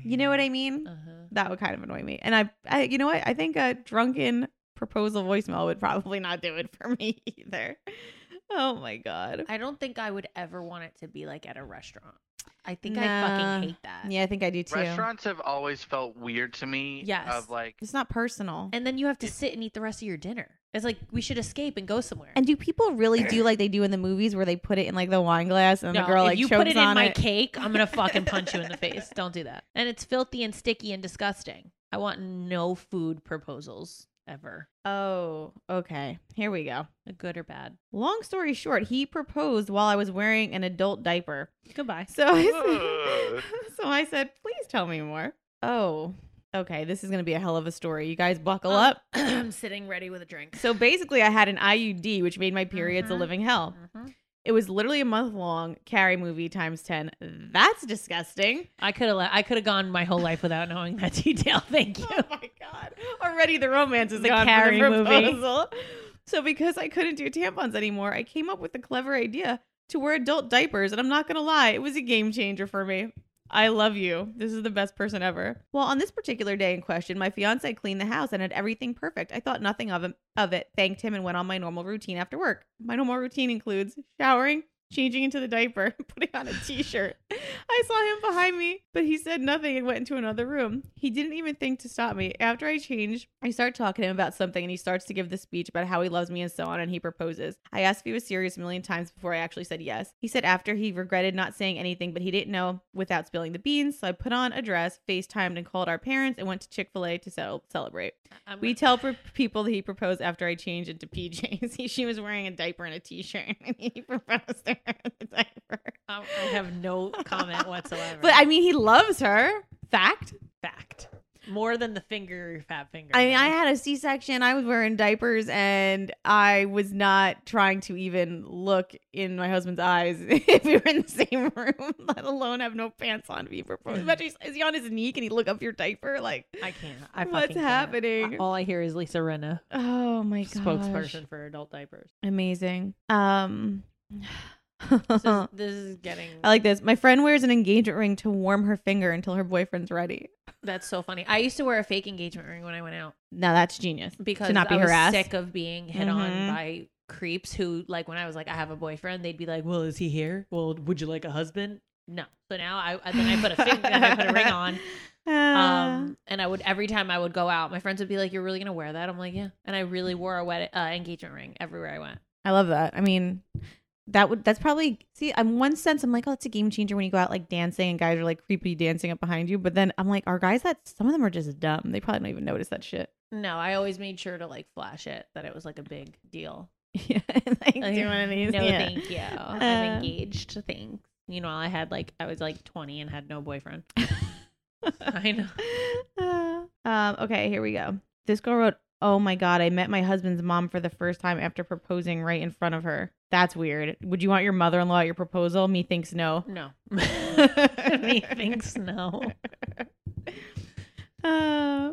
Speaker 2: You know what I mean?
Speaker 10: Uh-huh.
Speaker 2: That would kind of annoy me. And I, I you know what? I think a drunken proposal voicemail would probably not do it for me either. Oh my god.
Speaker 3: I don't think I would ever want it to be like at a restaurant. I think I
Speaker 2: Nah.
Speaker 3: fucking hate that.
Speaker 2: Yeah, I think I do too.
Speaker 4: Restaurants have always felt weird to me.
Speaker 3: Yes.
Speaker 4: Of like,
Speaker 2: It's not personal.
Speaker 3: And then you have to sit and eat the rest of your dinner. It's like we should escape and go somewhere.
Speaker 2: And do people really do like they do in the movies where they put it in like the wine glass and
Speaker 3: no,
Speaker 2: the girl
Speaker 3: if
Speaker 2: like
Speaker 3: you
Speaker 2: chokes
Speaker 3: put it in
Speaker 2: on
Speaker 3: my
Speaker 2: it?
Speaker 3: cake, I'm gonna fucking punch you in the face. Don't do that. And it's filthy and sticky and disgusting. I want no food proposals ever,
Speaker 2: oh, okay. Here we go.
Speaker 3: good or bad.
Speaker 2: Long story short, he proposed while I was wearing an adult diaper.
Speaker 10: Goodbye.
Speaker 2: So I, s- so I said, please tell me more. Oh, okay. This is going to be a hell of a story. You guys buckle
Speaker 3: Um,
Speaker 2: up.
Speaker 3: I'm sitting ready with a drink.
Speaker 2: So basically, I had an IUD, which made my periods a
Speaker 3: Mhm.
Speaker 2: living hell.
Speaker 3: Mhm.
Speaker 2: It was literally a month long. Carrie movie times 10. That's disgusting.
Speaker 10: I could have. Le- I could have gone my whole life without knowing that detail. Thank you.
Speaker 2: Oh my god! Already the romance is
Speaker 10: The
Speaker 2: gone
Speaker 10: Carrie
Speaker 2: for the
Speaker 10: movie.
Speaker 2: proposal. So because I couldn't do tampons anymore, I came up with the clever idea to wear adult diapers, and I'm not gonna lie, it was a game changer for me. I love you. This is the best person ever. Well, on this particular day in question, my fiance cleaned the house and had everything perfect. I thought nothing of him, of it, thanked him, and went on my normal routine after work. My normal routine includes showering, changing into the diaper, putting on a t-shirt. I saw him behind me, but he said nothing and went into another room. He didn't even think to stop me. After I changed, I start talking to him about something and he starts to give the speech about how he loves me and so on and he proposes. I asked if he was serious a million times before I actually said yes. He said after he regretted not saying anything, but he didn't know without spilling the beans, so I put on a dress, FaceTimed and called our parents and went to Chick-fil-A to cel- celebrate.
Speaker 3: I'm
Speaker 2: We tell pro- people that he proposed after I changed into PJs. He, she was wearing a diaper and a t-shirt, and he proposed to her in a diaper.
Speaker 10: I I have no comment whatsoever.
Speaker 2: But I mean, he loves her. Fact.
Speaker 10: fact more than the finger, your fat finger.
Speaker 2: I mean, I had a C-section. I was wearing diapers, and I was not trying to even look in my husband's eyes if we were in the same room, let alone have no pants on. If he proposed, but he's, is he on his knee? Can he look up your diaper? Like,
Speaker 10: I can't. I
Speaker 2: what's
Speaker 10: fucking can't.
Speaker 2: happening?
Speaker 10: All I hear is Lisa Renna,
Speaker 2: oh my god,
Speaker 10: spokesperson for adult diapers.
Speaker 2: amazing. Um.
Speaker 10: This is, this is getting.
Speaker 2: I like this. My friend wears an engagement ring to warm her finger until her boyfriend's ready.
Speaker 3: That's so funny. I used to wear a fake engagement ring when I went out
Speaker 2: Now that's genius.
Speaker 3: because
Speaker 2: not be
Speaker 3: I was
Speaker 2: harassed?
Speaker 3: sick of being hit on
Speaker 2: Mhm.
Speaker 3: by creeps who, like, when I was like, I have a boyfriend, they'd be like,
Speaker 10: well, is he here? Well, would you like a husband?
Speaker 3: no. So now I I- then I put a fig, then I put a ring on,
Speaker 2: Uh. Ah,
Speaker 3: um, and I would every time I would go out, my friends would be like, "You're really gonna wear that?" I'm like, "Yeah," and I really wore a wed- uh, engagement ring everywhere I went.
Speaker 2: I love that. I mean, that would that's probably see. I'm one sense. I'm like, oh, it's a game changer when you go out like dancing and guys are like creepy dancing up behind you. But then I'm like, are guys that some of them are just dumb. They probably don't even notice that shit.
Speaker 3: No, I always made sure to like flash it that it was like a big deal.
Speaker 2: yeah, like doing
Speaker 3: Like,
Speaker 2: these.
Speaker 3: No,
Speaker 2: yeah.
Speaker 3: thank you.
Speaker 2: Uh,
Speaker 3: I'm engaged. Thanks.
Speaker 10: Meanwhile, I had like I was like 20 and had no boyfriend. I know.
Speaker 2: Uh, um, okay, here we go. This girl wrote, Oh my God, I met my husband's mom for the first time after proposing right in front of her. That's weird. Would you want your mother in law at your proposal? Me thinks no.
Speaker 3: No.
Speaker 10: Me thinks no.
Speaker 2: Uh,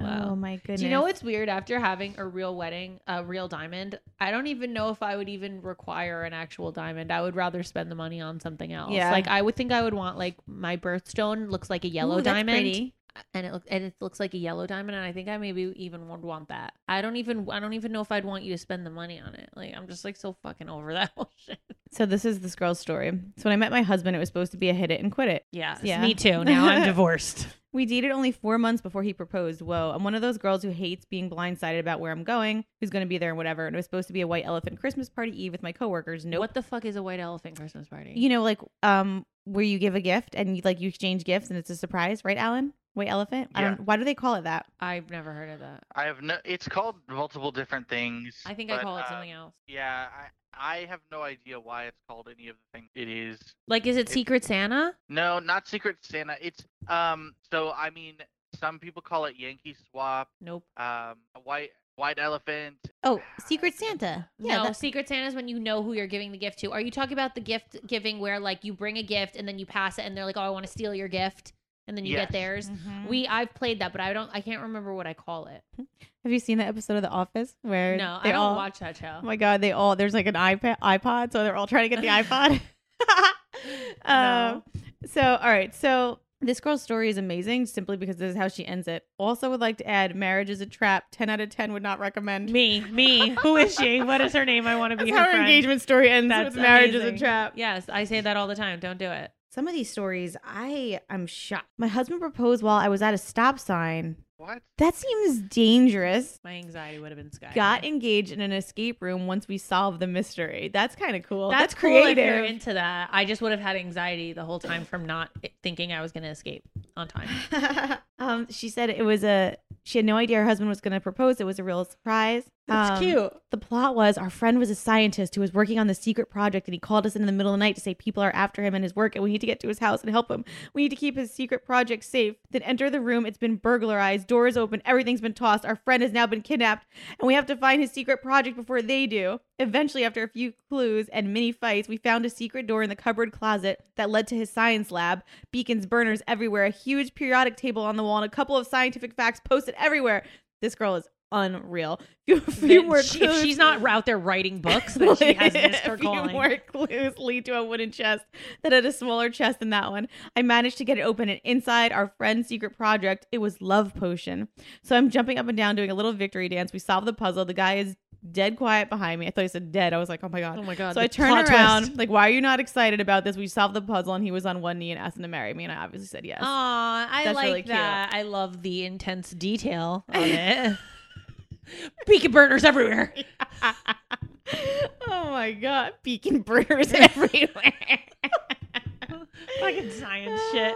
Speaker 3: Wow.
Speaker 2: Oh my goodness.
Speaker 3: Do you know what's weird? After having a real wedding, a real diamond, I don't even know if I would even require an actual diamond. I would rather spend the money on something else.
Speaker 2: Yeah.
Speaker 3: Like I would think I would want like my birthstone looks like a yellow
Speaker 2: Ooh, that's
Speaker 3: diamond,
Speaker 2: pretty.
Speaker 3: and it looks and it looks like a yellow diamond, and I think I maybe even would want that. I don't even I don't even know if I'd want you to spend the money on it. Like I'm just like so fucking over that whole shit.
Speaker 2: So, this is this girl's story. So, when I met my husband, it was supposed to be a hit it and quit it.
Speaker 10: Yeah.
Speaker 2: Yeah.
Speaker 10: Me too. Now I'm divorced.
Speaker 2: We dated only four months before he proposed. Whoa. I'm one of those girls who hates being blindsided about where I'm going, who's going to be there, and whatever. And it was supposed to be a white elephant Christmas party Eve with my coworkers. Nope.
Speaker 3: What the fuck is a white elephant Christmas party?
Speaker 2: you know, like um, where you give a gift and you, like you exchange gifts and it's a surprise, right, Alan? White elephant. I
Speaker 4: Yeah.
Speaker 2: don't. Why do they call it that?
Speaker 3: I've never heard of that.
Speaker 4: I have no. It's called multiple different things.
Speaker 3: I think I
Speaker 4: but,
Speaker 3: call it
Speaker 4: uh,
Speaker 3: something else.
Speaker 4: Yeah, I, I have no idea why it's called any of the things it is.
Speaker 3: Like, is it
Speaker 4: it-
Speaker 3: Secret Santa?
Speaker 4: No, not Secret Santa. It's um. So I mean, some people call it Yankee Swap.
Speaker 3: Nope.
Speaker 4: Um, a white white elephant.
Speaker 2: Oh, Secret Santa. Yeah.
Speaker 3: no,
Speaker 2: that-
Speaker 3: Secret Santa is when you know who you're giving the gift to. Are you talking about the gift giving where like you bring a gift and then you pass it and they're like, "Oh, I want to steal your gift," and then you
Speaker 4: Yes.
Speaker 3: get theirs?
Speaker 11: Mm-hmm.
Speaker 2: Mm-hmm.
Speaker 3: We I've played that, but I don't. I can't remember what I call it.
Speaker 2: Have you seen that episode of The Office where
Speaker 3: No, I
Speaker 2: they
Speaker 3: don't
Speaker 2: all-
Speaker 3: watch that show.
Speaker 2: Oh my god, they all there's like an iPad, iPod, so they're all trying to get the iPod. um, So, all right, so this girl's story is amazing simply because this is how she ends it. Also, would like to add, marriage is a trap. Ten out of ten would not recommend.
Speaker 11: Me, me. Who is she? What is her name? I want to be
Speaker 2: That's
Speaker 11: her,
Speaker 2: how her
Speaker 11: friend.
Speaker 2: engagement story ends.
Speaker 11: That's
Speaker 2: with marriage is a
Speaker 11: amazing.
Speaker 2: trap.
Speaker 3: yes, I say that all the time. Don't do it.
Speaker 2: Some of these stories, I am shocked. My husband proposed while I was at a stop sign.
Speaker 4: What? Oh
Speaker 2: That seems dangerous.
Speaker 3: My anxiety would have been skyrocketing.
Speaker 2: Got engaged in an escape room once we solved the mystery. That's kind of cool.
Speaker 3: That's,
Speaker 2: That's,
Speaker 3: cool if
Speaker 2: creative.
Speaker 3: you're into that. I just would have had anxiety the whole time from not thinking I was going to escape on time.
Speaker 2: um, she said it was a. She had no idea her husband was going to propose. It was a real surprise. Um, The plot was our friend was a scientist who was working on the secret project, and he called us in the middle of the night to say people are after him and his work, and we need to get to his house and help him. We need to keep his secret project safe. Then enter the room. It's been burglarized. Doors open. Everything's been tossed. Our friend has now been kidnapped, and we have to find his secret project before they do. Eventually, after a few clues and many fights, we found a secret door in the cupboard closet that led to his science lab. Beacons, burners everywhere, a huge periodic table on the wall, and a couple of scientific facts posted everywhere. This girl is unreal. A few more
Speaker 3: She- if
Speaker 2: clues-
Speaker 3: she's not out there writing books, then she has missed her
Speaker 2: a few
Speaker 3: calling.
Speaker 2: more clues lead to a wooden chest that had a smaller chest than that one. I managed to get it open, and inside our friend's secret project, it was love potion. So I'm jumping up and down, doing a little victory dance. We solve the puzzle. The guy is dead quiet behind me. I thought he said dead. I was like, oh my god.
Speaker 3: Oh my god!
Speaker 2: So I turn around, like, why are you not excited about this? We solved the puzzle, and he was on one knee and asked him to marry me, and I obviously said
Speaker 3: Oh.
Speaker 2: yes.
Speaker 3: Aw, I
Speaker 2: That's
Speaker 3: like
Speaker 2: really cute.
Speaker 3: that. I love the intense detail on it. Beacon burners everywhere.
Speaker 2: oh my god, beacon burners everywhere.
Speaker 11: Fucking science
Speaker 2: Ah,
Speaker 11: shit.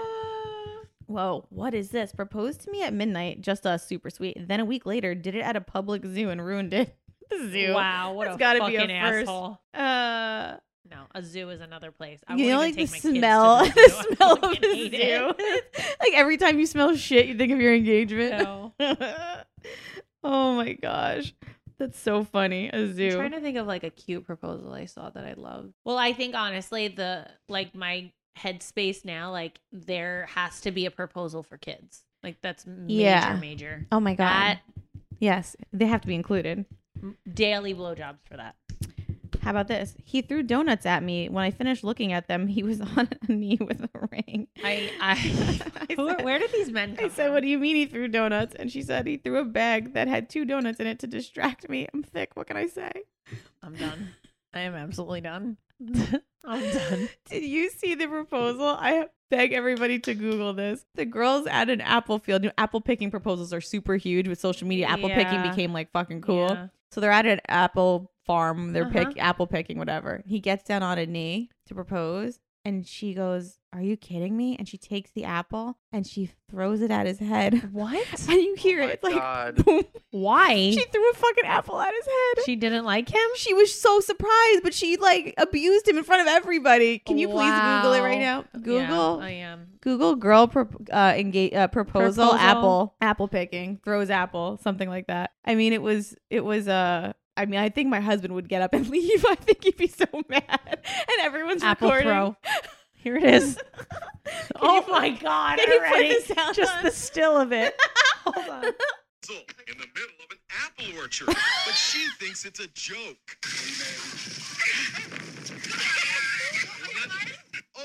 Speaker 2: Whoa, what is this? Proposed to me at midnight, just us, super sweet. Then a week later, did it at a public zoo and ruined it. The zoo.
Speaker 11: Wow, what
Speaker 2: That's
Speaker 11: a
Speaker 2: gotta be
Speaker 11: fucking
Speaker 2: a first.
Speaker 11: asshole.
Speaker 2: Uh,
Speaker 11: No, a zoo is another place. I
Speaker 2: you know, like
Speaker 11: wouldn't
Speaker 2: the
Speaker 11: even take my
Speaker 2: smell,
Speaker 11: kids to
Speaker 2: the
Speaker 11: zoo. I
Speaker 2: smell of
Speaker 11: fucking
Speaker 2: the
Speaker 11: hate it.
Speaker 2: zoo. like every time you smell shit, you think of your engagement.
Speaker 11: No.
Speaker 2: oh my gosh, that's so funny. A
Speaker 3: I'm
Speaker 2: zoo.
Speaker 3: trying to think of like a cute proposal I saw that I loved. Well, I think honestly, the like my headspace now, like there has to be a proposal for kids. Like that's major,
Speaker 2: Yeah.
Speaker 3: major.
Speaker 2: oh my god.
Speaker 3: That
Speaker 2: yes, they have to be included.
Speaker 3: daily blowjobs for that.
Speaker 2: How about this? He threw donuts at me. When I finished looking at them, he was on a knee with a ring.
Speaker 3: I, I,
Speaker 2: I
Speaker 3: who,
Speaker 2: said-
Speaker 3: where did these men come
Speaker 2: I said,
Speaker 3: from?
Speaker 2: "What do you mean he threw donuts?" And she said, "He threw a bag that had two donuts in it to distract me. I'm thick. What can I say?"
Speaker 3: I'm done. I am absolutely done.
Speaker 11: I'm done.
Speaker 2: Did you see the proposal? I beg everybody to Google this. The girls at an apple field. You know, apple picking proposals are super huge with social media. Apple picking
Speaker 11: Yeah.
Speaker 2: became like fucking cool.
Speaker 11: Yeah.
Speaker 2: So they're at an apple farm. They're
Speaker 3: Uh-huh.
Speaker 2: pick apple picking whatever. He gets down on a knee to propose, and she goes, "Are you kidding me?" And she takes the apple and she throws it at his head.
Speaker 3: What?
Speaker 2: And you hear
Speaker 4: my
Speaker 3: Oh
Speaker 2: it like
Speaker 4: God.
Speaker 2: boom.
Speaker 3: Why?
Speaker 2: She threw a fucking apple at his head.
Speaker 3: She didn't like him?
Speaker 2: She was so surprised, but she like abused him in front of everybody. Can you please Google it right now?
Speaker 3: Wow.
Speaker 2: Google
Speaker 3: Yeah, I am.
Speaker 2: Google girl pro- uh, engage uh, proposal,
Speaker 3: Proposal.
Speaker 2: apple apple picking throws apple something like that. I mean, it was it was Uh, I mean, I think my husband would get up and leave. I think he'd be so mad, and everyone's
Speaker 3: Apple
Speaker 2: recording.
Speaker 3: throw. Here it is.
Speaker 11: Oh my god,
Speaker 2: Can you put
Speaker 11: already.
Speaker 2: the sound
Speaker 11: Just
Speaker 2: on?
Speaker 11: the still of it. Hold on.
Speaker 12: in the middle of an apple orchard, but she thinks it's a joke.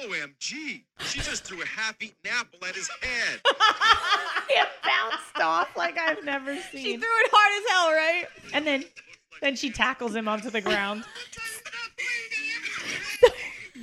Speaker 12: OMG! She just threw a half-eaten apple at his head.
Speaker 11: it bounced off like I've never
Speaker 2: She
Speaker 11: seen.
Speaker 2: threw it hard as hell, right?
Speaker 11: and then then she tackles him onto the ground.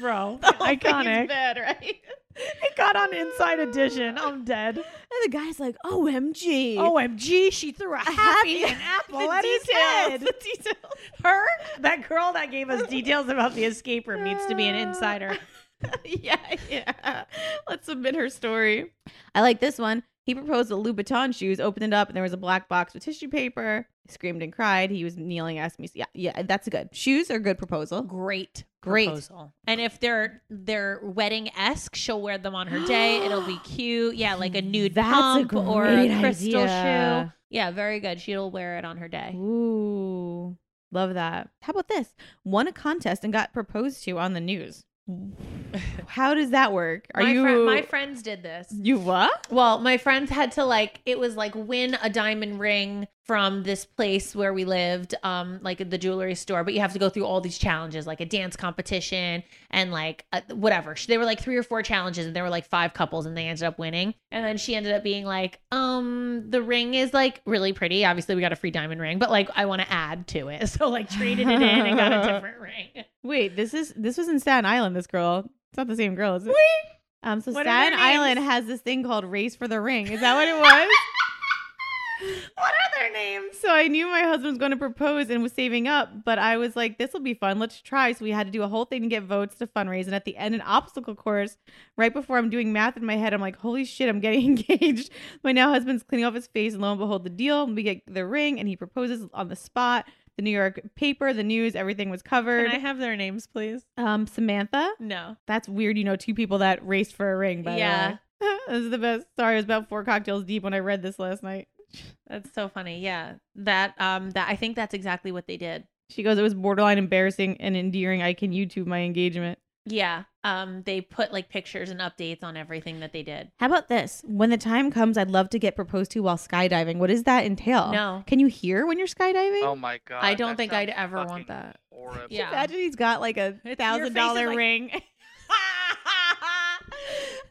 Speaker 11: Bro,
Speaker 2: Whole thing is
Speaker 11: iconic.
Speaker 2: bad, right?
Speaker 13: It got on Inside Edition. I'm dead.
Speaker 14: And the guy's like,
Speaker 2: "Oh,
Speaker 14: "OMG!"
Speaker 11: Oh,
Speaker 13: OMG, she threw a happy,
Speaker 14: happy-
Speaker 13: and apple
Speaker 14: the
Speaker 13: at his
Speaker 14: details,
Speaker 13: head. Her, that girl that gave us details about the escape room needs to be an insider.
Speaker 2: yeah, yeah. Let's submit her story. I like this one. He proposed with Louboutin shoes, opened it up, and there was a black box with tissue paper. I screamed and cried. He was kneeling, asked me, "Yeah, yeah, that's good. Shoes are a good proposal.
Speaker 3: Great,
Speaker 2: Great.
Speaker 3: proposal. And if they're they're wedding esque, she'll wear them on her day. It'll be cute. Yeah, like a nude
Speaker 14: That's a
Speaker 3: pump or a
Speaker 14: great
Speaker 3: crystal
Speaker 14: idea.
Speaker 3: shoe. Yeah, very good. She'll wear it on her day.
Speaker 2: Ooh, love that. How about this? Won a contest and got proposed to on the news. How does that work? Are
Speaker 3: my
Speaker 2: you
Speaker 3: fri- my friends did this.
Speaker 2: you what?
Speaker 3: Well, my friends had to like it was like win a diamond ring from this place where we lived, um, like at the jewelry store. But you have to go through all these challenges, like a dance competition and like uh, whatever. She- They were like three or four challenges, and there were like five couples, and they ended up winning. And then she ended up being like, um, the ring is like really pretty. Obviously, we got a free diamond ring, but like I want to add to it, so like traded it in and got a different ring.
Speaker 2: Wait, this is this was in Staten Island. This girl. It's not the same girl, is it? Um, so
Speaker 13: What are their
Speaker 2: Staten Island
Speaker 13: names?
Speaker 2: has this thing called Race for the Ring. Is that what it was?
Speaker 13: What are their names?
Speaker 2: So I knew my husband was going to propose and was saving up, but I was like, this will be fun. Let's try. So we had to do a whole thing to get votes to fundraise. And at the end, an obstacle course, right before I'm doing math in my head, I'm like, holy shit, I'm getting engaged. My now husband's cleaning off his face, and lo and behold, the deal. We get the ring, and he proposes on the spot. The New York paper, the news, everything was covered.
Speaker 13: Can I have their names, please?
Speaker 2: um, Samantha,
Speaker 13: No.
Speaker 2: that's weird. You know, two people that raced for a ring, by
Speaker 3: Yeah.
Speaker 2: the way. this is the best. Sorry, I was about four cocktails deep when I read this last night.
Speaker 3: That's so funny. Yeah, that um, that I think that's exactly what they did.
Speaker 2: She goes, it was borderline embarrassing and endearing. I can YouTube my engagement.
Speaker 3: Yeah. Um, they put like pictures and updates on everything that they did.
Speaker 2: How about this? When the time comes, I'd love to get proposed to while skydiving. What does that entail?
Speaker 3: No.
Speaker 2: Can you hear when you're skydiving?
Speaker 4: Oh my god!
Speaker 3: I don't
Speaker 4: that
Speaker 3: think I'd
Speaker 4: sounds
Speaker 3: ever want
Speaker 4: fucking
Speaker 3: that.
Speaker 4: Horrible.
Speaker 3: Yeah.
Speaker 2: Imagine he's got like a
Speaker 3: It's- your face
Speaker 2: thousand
Speaker 3: is
Speaker 2: dollar
Speaker 3: like-
Speaker 2: ring.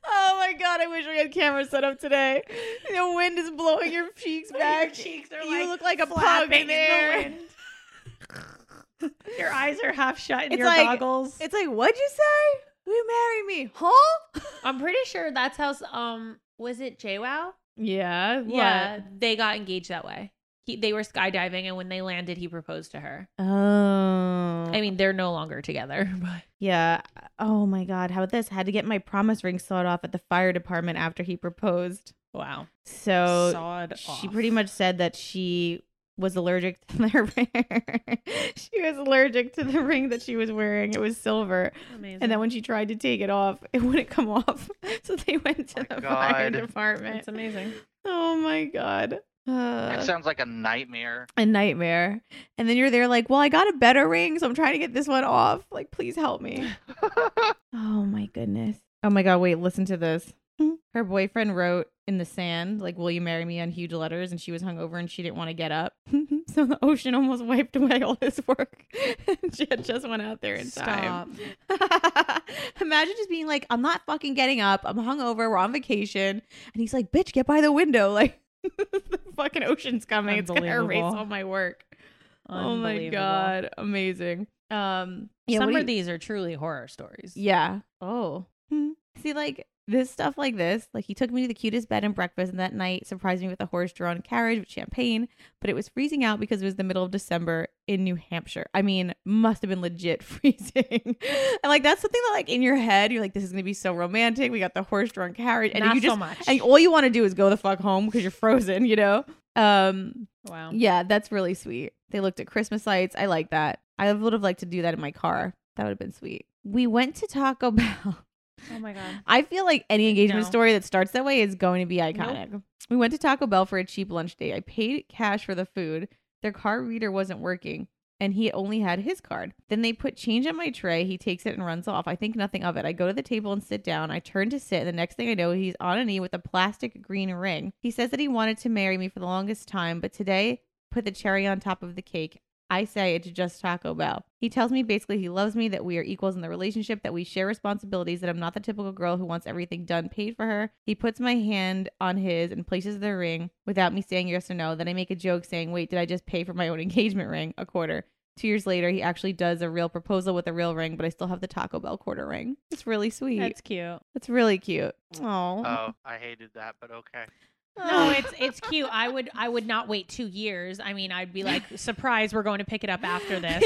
Speaker 2: oh my god! I wish we had cameras set up today. The wind is blowing your cheeks
Speaker 13: Your
Speaker 2: back.
Speaker 13: cheeks are
Speaker 2: You
Speaker 13: like
Speaker 2: look like a pug
Speaker 13: flapping in
Speaker 2: there.
Speaker 13: the wind. Your eyes are half shut and
Speaker 2: It's
Speaker 13: your
Speaker 2: like-
Speaker 13: goggles.
Speaker 2: It's like, what'd you say? Will you marry me? Huh?
Speaker 3: I'm pretty sure that's how. s- Um, was it JWoww?
Speaker 2: Yeah. What?
Speaker 3: Yeah, they got engaged that way. He, they were skydiving, and when they landed, he proposed to her.
Speaker 2: Oh.
Speaker 3: I mean, they're no longer together, but
Speaker 2: Yeah. Oh my God. How about this? Had to get my promise ring sawed off at the fire department after he proposed.
Speaker 3: wow.
Speaker 2: So
Speaker 13: Sawed
Speaker 2: Oh, she
Speaker 13: off.
Speaker 2: pretty much said that she was allergic to their ring. she was allergic to the ring that she was wearing. It was silver.
Speaker 13: Amazing.
Speaker 2: And then when she tried to take it off, it wouldn't come off. So they went to
Speaker 4: My
Speaker 2: the fire
Speaker 4: God.
Speaker 2: department.
Speaker 13: it's amazing.
Speaker 2: Oh my God.
Speaker 4: That
Speaker 2: Uh,
Speaker 4: sounds like a nightmare.
Speaker 2: a nightmare. And then you're there like, well, I got a better ring, so I'm trying to get this one off. Like, please help me. Oh my goodness. Mm-hmm. Oh my god, wait, listen to this. Her boyfriend wrote in the sand, like, Will you marry me on huge letters? And she was hungover and she didn't want to get up. so the ocean almost wiped away all his work. she had just went out there in time. Imagine just being like, I'm not fucking getting up. I'm hungover. We're on vacation. And he's like, Bitch, get by the window. Like, the fucking ocean's coming. It's going to erase
Speaker 14: Unbelievable.
Speaker 2: all my work. Oh my God. Amazing. Um, yeah, what
Speaker 3: Some
Speaker 2: do
Speaker 3: of
Speaker 2: you-
Speaker 3: these are truly horror stories.
Speaker 2: yeah. Oh. See, like this stuff like this, like he took me to the cutest bed and breakfast, and that night surprised me with a horse drawn carriage with champagne, but it was freezing out because it was the middle of December in New Hampshire. I mean, must have been legit freezing. and like that's something that like in your head, you're like, this is gonna be so romantic. We got the horse drawn carriage, and
Speaker 3: Not
Speaker 2: you
Speaker 3: so
Speaker 2: just
Speaker 3: much.
Speaker 2: and all you want to do is go the fuck home because you're frozen, you know? Um,
Speaker 3: wow.
Speaker 2: yeah, that's really sweet. They looked at Christmas lights. I like that. I would have liked to do that in my car. That would have been sweet. We went to Taco Bell.
Speaker 13: Oh my god.
Speaker 2: I feel like any engagement
Speaker 13: No.
Speaker 2: story that starts that way is going to be iconic. We went to Taco Bell for a cheap lunch date. I paid cash for the food. Their card reader wasn't working, and he only had his card. Then they put change on my tray. He takes it and runs off. I think nothing of it. I go to the table and sit down. I turn to sit, and the next thing I know, he's on a knee with a plastic green ring. He says that he wanted to marry me for the longest time, but today put the cherry on top of the cake. I say it's just Taco Bell. He tells me basically he loves me, that we are equals in the relationship, that we share responsibilities, that I'm not the typical girl who wants everything done paid for her. He puts my hand on his and places the ring without me saying yes or no. Then I make a joke saying, Wait, did I just pay for my own engagement ring? A quarter.
Speaker 6: Two years later, he actually does a real proposal with a real ring, but I still have the Taco Bell quarter ring. It's really sweet. That's,
Speaker 2: That's cute.
Speaker 6: really cute. Oh,
Speaker 4: Oh, I hated that, but okay.
Speaker 3: No,
Speaker 1: Oh.
Speaker 3: it's it's cute. I would I would not wait two years. I mean, I'd be like, surprise, we're going to pick it up after this.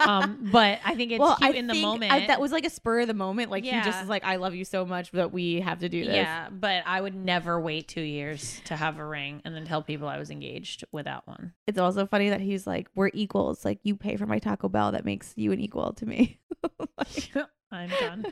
Speaker 3: Um, but I think it's
Speaker 2: well,
Speaker 3: cute
Speaker 2: I
Speaker 3: in the
Speaker 2: think I-
Speaker 3: moment.
Speaker 2: that was like a spur of the moment. Like he just
Speaker 3: Yeah.
Speaker 2: is like, "I love you so much that we have to do this."
Speaker 3: yeah, but I would never wait two years to have a ring and then tell people I was engaged without one.
Speaker 6: it's also funny that he's like, "We're equals. Like you pay for my Taco Bell, that makes you an equal to me."
Speaker 3: I'm done.